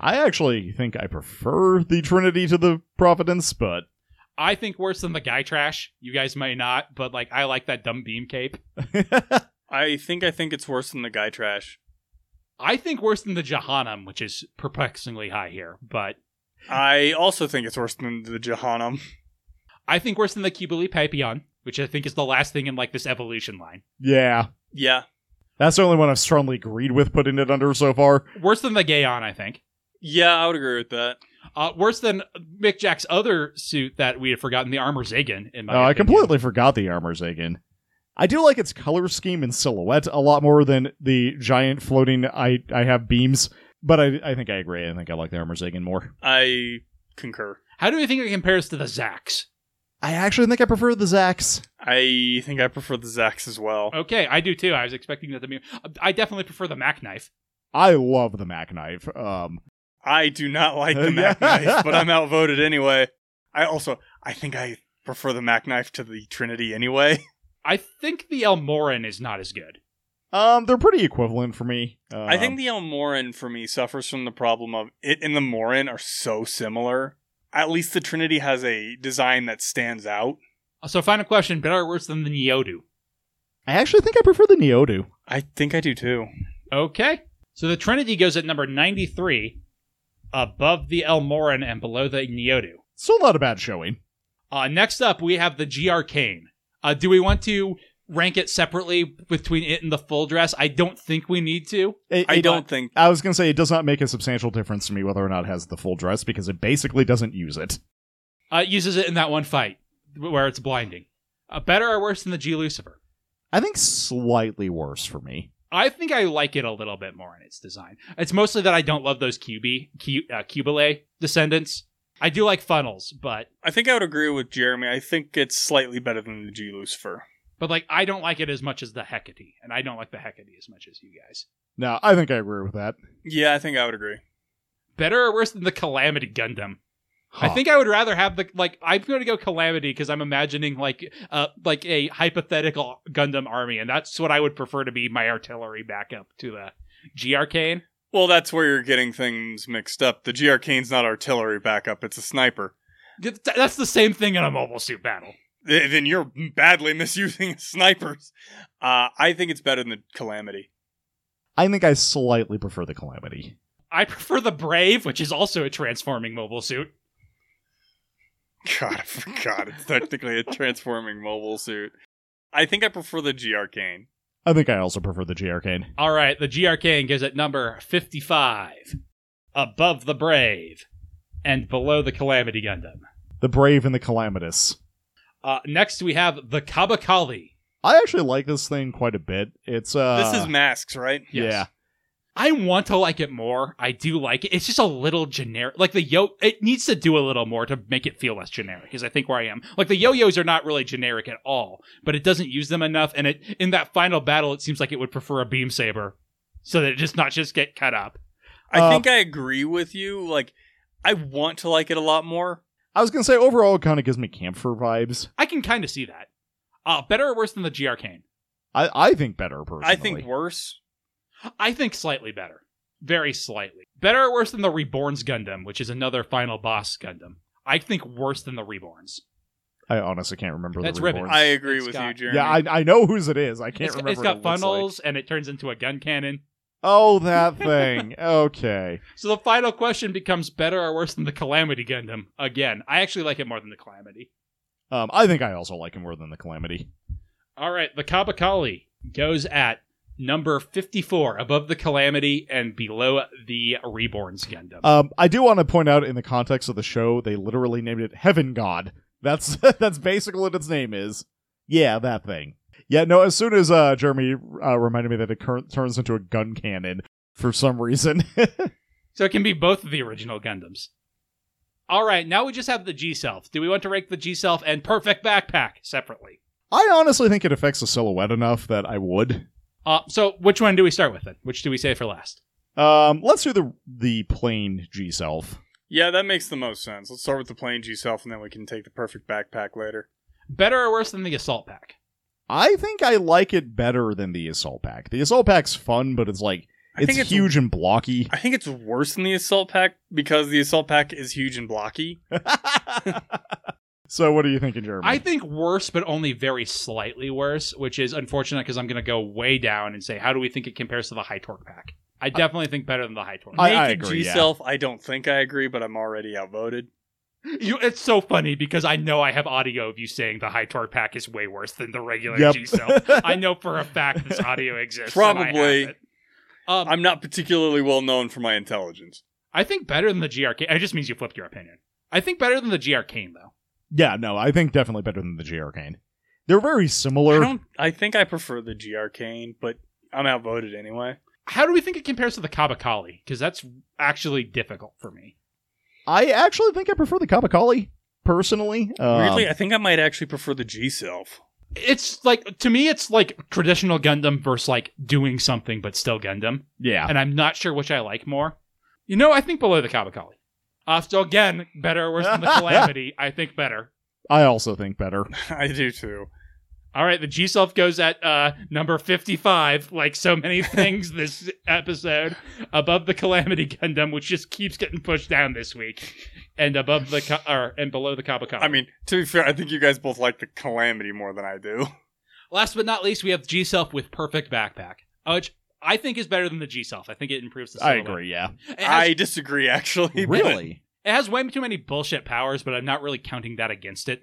Speaker 2: I actually think I prefer the Trinity to the Providence, but
Speaker 1: I think worse than the Guy Trash. You guys may not, but like I like that dumb beam cape.
Speaker 3: I think I think it's worse than the Guy Trash.
Speaker 1: I think worse than the Jahannam, which is perplexingly high here, but
Speaker 3: I also think it's worse than the Jahannam.
Speaker 1: I think worse than the Kibuli Papillon, which I think is the last thing in like this evolution line.
Speaker 2: yeah.
Speaker 3: Yeah.
Speaker 2: That's the only one I've strongly agreed with putting it under so far.
Speaker 1: Worse than the Gaon, I think.
Speaker 3: Yeah, I would agree with that.
Speaker 1: Uh, worse than Mick Jack's other suit that we had forgotten, the armor Zagan. In my
Speaker 2: Oh, I
Speaker 1: opinion.
Speaker 2: completely forgot the armor Zagan. I do like its color scheme and silhouette a lot more than the giant floating I I have beams, but I, I think I agree. I think I like the armor Zagan more.
Speaker 3: I concur.
Speaker 1: How do we think it compares to the Zax?
Speaker 2: I actually think I prefer the Zax.
Speaker 3: I think I prefer the Zax as well.
Speaker 1: Okay, I do too. I was expecting that the mirror. I definitely prefer the Mac knife.
Speaker 2: I love the Mac knife. Um,
Speaker 3: I do not like the
Speaker 2: Yeah.
Speaker 3: Mac knife, but I'm outvoted anyway. I also I think I prefer the Mac knife to the Trinity anyway.
Speaker 1: I think the Elmoran is not as good.
Speaker 2: um, they're pretty equivalent for me. Um,
Speaker 3: I think the Elmoran for me suffers from the problem of it and the Morin are so similar. At least the Trinity has a design that stands out.
Speaker 1: Uh, So, final question: better or worse than the Neodu?
Speaker 2: I actually think I prefer the Neodu.
Speaker 3: I think I do too.
Speaker 1: Okay. So the Trinity goes at number ninety-three, above the Elmoran and below the Neodu.
Speaker 2: Still not a bad showing.
Speaker 1: Uh, next up, we have the G Arcane. Uh, do we want to rank it separately between it and the full dress? I don't think we need to.
Speaker 2: It-
Speaker 3: I
Speaker 2: it-
Speaker 3: don't think
Speaker 2: I was gonna say it does not make a substantial difference to me whether or not it has the full dress because it basically doesn't use it.
Speaker 1: Uh, it uses it in that one fight where it's blinding. Uh, better or worse than the G Lucifer?
Speaker 2: I think slightly worse for me.
Speaker 1: I think I like it a little bit more in its design. It's mostly that I don't love those QB, Q, uh, Cubile descendants. I do like funnels, but
Speaker 3: I think I would agree with Jeremy. I think it's slightly better than the G Lucifer.
Speaker 1: but like I don't like it as much as the Hecate, and I don't like the Hecate as much as you guys.
Speaker 2: No, I think I agree with that.
Speaker 3: Yeah, I think I would agree.
Speaker 1: Better or worse than the Calamity Gundam? I
Speaker 2: Huh.
Speaker 1: think I would rather have the like I'm going to go calamity because I'm imagining like uh like a hypothetical Gundam army and that's what I would prefer to be my artillery backup to the G Arcane.
Speaker 3: Well, that's where you're getting things mixed up. The G Arcane's not artillery backup, it's a sniper.
Speaker 1: Th- That's the same thing in a mobile suit battle.
Speaker 3: Th- Then you're badly misusing snipers. Uh, I think it's better than the Calamity.
Speaker 2: I think I slightly prefer the Calamity.
Speaker 1: I prefer the Brave, which is also a transforming mobile suit.
Speaker 3: God, I forgot. It's technically a transforming mobile suit. I think I prefer the G Arcane.
Speaker 2: I think I also prefer the G Arcane.
Speaker 1: All right, the GRK goes at number 55, above the Brave, and below the Calamity Gundam.
Speaker 2: The Brave and the Calamitous.
Speaker 1: Uh, next, we have the Kabakali.
Speaker 2: I actually like this thing quite a bit. It's uh
Speaker 3: this is masks, right?
Speaker 1: Yes.
Speaker 2: Yeah.
Speaker 1: I want to like it more. I do like it. It's just a little generic. Like the yo, it needs to do a little more to make it feel less generic. Is I think where I am. Like the yo-yos are not really generic at all, but it doesn't use them enough. And it in that final battle, it seems like it would prefer a beam saber, so that it just not just get cut up.
Speaker 3: I
Speaker 2: Uh,
Speaker 3: think I agree with you. Like, I want to like it a lot more.
Speaker 2: I was gonna say overall it kinda gives me camphor vibes.
Speaker 1: I can kind of see that. Uh, better or worse than the G Arcane?
Speaker 2: I, I think better personally.
Speaker 3: I think worse.
Speaker 1: I think slightly better. Very slightly. Better or worse than the Reborns Gundam, which is another final boss Gundam. I think worse than the Reborns.
Speaker 2: I honestly can't remember
Speaker 1: That's
Speaker 2: the
Speaker 1: ribbon.
Speaker 2: reborns.
Speaker 3: I agree
Speaker 1: It's
Speaker 3: with
Speaker 1: got-
Speaker 3: you, Jeremy.
Speaker 2: yeah, I, I know whose it is. I can't
Speaker 1: It's-
Speaker 2: remember.
Speaker 1: it's got
Speaker 2: what it looks like.
Speaker 1: funnels and it turns into a gun cannon.
Speaker 2: Oh, that thing. okay.
Speaker 1: So the final question becomes better or worse than the Calamity Gundam. Again, I actually like it more than the Calamity.
Speaker 2: Um, I think I also like him more than the Calamity.
Speaker 1: All right, the Kabakali goes at number 54 above the Calamity and below the Reborns Gundam.
Speaker 2: Um, I do want to point out in the context of the show, they literally named it Heaven God. That's that's basically what its name is. Yeah, that thing. Yeah, no. As soon as uh, Jeremy uh, reminded me that it cur- turns into a gun cannon for some reason.
Speaker 1: so it can be both of the original Gundams. All right, now we just have the G Self. Do we want to rank the G Self and Perfect Backpack separately?
Speaker 2: I honestly think it affects the silhouette enough that I would.
Speaker 1: Uh, so which one do we start with then? Which do we say for last?
Speaker 2: Um, let's do the the plain G self.
Speaker 3: Yeah, that makes the most sense. Let's start with the plain G self, and then we can take the perfect backpack later.
Speaker 1: Better or worse than the Assault Pack?
Speaker 2: I think I like it better than the assault pack. The assault pack's fun, but it's like
Speaker 3: I
Speaker 2: it's,
Speaker 3: think it's-
Speaker 2: huge and blocky.
Speaker 3: I think it's worse than the assault pack because the assault pack is huge and blocky.
Speaker 2: so what are you thinking, Jeremy?
Speaker 1: I think worse, but only very slightly worse, which is unfortunate because I'm going to go way down and say, how do we think it compares to the high torque pack? I definitely think better than the high torque.
Speaker 2: I- I
Speaker 3: Naked
Speaker 2: agree,
Speaker 3: G
Speaker 2: yeah.
Speaker 3: self, I don't think I agree, but I'm already outvoted.
Speaker 1: you, it's so funny because I know I have audio of you saying the high torque pack is way worse than the regular
Speaker 2: Yep.
Speaker 1: G cell. I know for a fact this audio exists. and I have
Speaker 3: Probably.
Speaker 1: it. Um,
Speaker 3: I'm not particularly well known for my intelligence.
Speaker 1: I think better than the GRK. It just means you flipped your opinion. I think better than the GRK though.
Speaker 2: yeah, no, I think definitely better than the G Arcane. They're very
Speaker 3: I
Speaker 2: similar.
Speaker 3: don't. I think I prefer the G Arcane, but I'm outvoted anyway.
Speaker 1: How do we think it compares to the Kabakali? Because that's actually difficult for me.
Speaker 2: I actually think I prefer the Kabakali personally. Um,
Speaker 3: Weirdly, I think I might actually prefer the G self.
Speaker 1: it's like to me it's like traditional gundam versus like doing something but still gundam
Speaker 2: yeah.
Speaker 1: and i'm not sure which i like more you know i think below the kabakali uh, so again better or worse than the calamity i think better
Speaker 2: I also think better.
Speaker 3: I do too.
Speaker 1: all right the g self goes at uh, number 55 like so many things this episode above the calamity gundam which just keeps getting pushed down this week and above the Ka- or and below the kabakali
Speaker 3: I mean, to be fair, I think you guys both like the Calamity more than I do.
Speaker 1: Last but not least, we have G Self with Perfect Backpack, uh, which I think is better than the G Self. I think it improves the
Speaker 2: I
Speaker 1: silhouette.
Speaker 2: agree, yeah.
Speaker 1: It has,
Speaker 3: I disagree, actually. but
Speaker 1: it has way too many bullshit powers, but I'm not really counting that against it.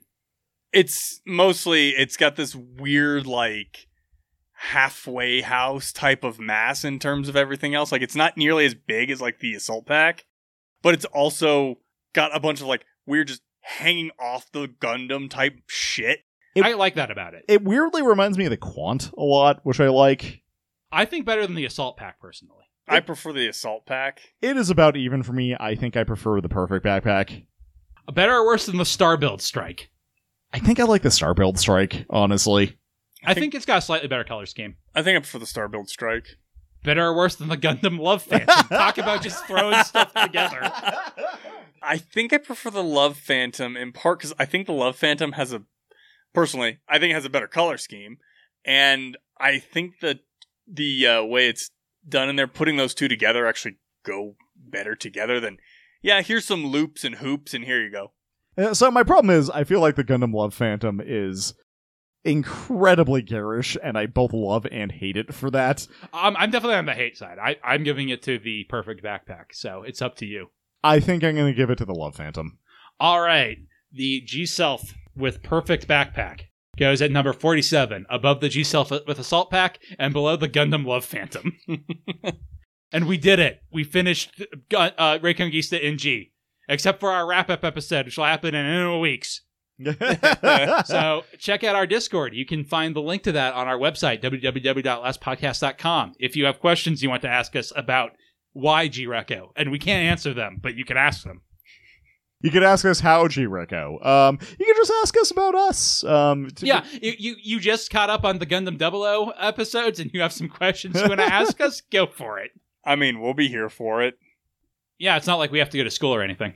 Speaker 3: It's mostly it's got this weird like halfway house type of mass in terms of everything else. Like it's not nearly as big as like the assault pack, but it's also got a bunch of like weird just hanging off the Gundam type shit.
Speaker 2: It-
Speaker 1: I like that about it.
Speaker 2: It weirdly reminds me of the Quant a lot, which I like.
Speaker 1: I think better than the Assault Pack personally.
Speaker 3: I prefer the assault pack.
Speaker 2: It is about even for me. I think I prefer the perfect backpack.
Speaker 1: Better or worse than the Star Build Strike?
Speaker 2: I think I like the star build strike, honestly.
Speaker 1: I think it's got a slightly better color scheme.
Speaker 3: I think I prefer the star build strike.
Speaker 1: Better or worse than the Gundam Love Phantom? Talk about just throwing stuff together.
Speaker 3: I think I prefer the Love Phantom in part because I think the Love Phantom has a personally, I think it has a better color scheme, and I think that the uh, way it's done in there, putting those two together actually go better together than yeah. Here's some loops and hoops, and here you go.
Speaker 2: Uh, So my problem is, I feel like the Gundam Love Phantom is incredibly garish, and I both love and hate it for that.
Speaker 1: Um, I'm definitely on the hate side. I, I'm giving it to the Perfect Backpack, so it's up to you.
Speaker 2: I think I'm going to give it to the Love Phantom.
Speaker 1: All right, the G Self with perfect backpack goes at number 47, above the G Self with Assault Pack and below the Gundam Love Phantom. and we did it. We finished Gu- uh, Ray Conquista in G, except for our wrap up episode, which will happen in a weeks. So check out our Discord. You can find the link to that on our website, www.lastpodcast.com. If you have questions you want to ask us about why G Reco, and we can't answer them, but you can ask them.
Speaker 2: you could ask us how G Reco. Um, you could just ask us about us. Um, t-
Speaker 1: Yeah, you, you you just caught up on the Gundam 00 episodes, and you have some questions you want to ask us. Go for it.
Speaker 3: I mean, we'll be here for it.
Speaker 1: Yeah, it's not like we have to go to school or anything.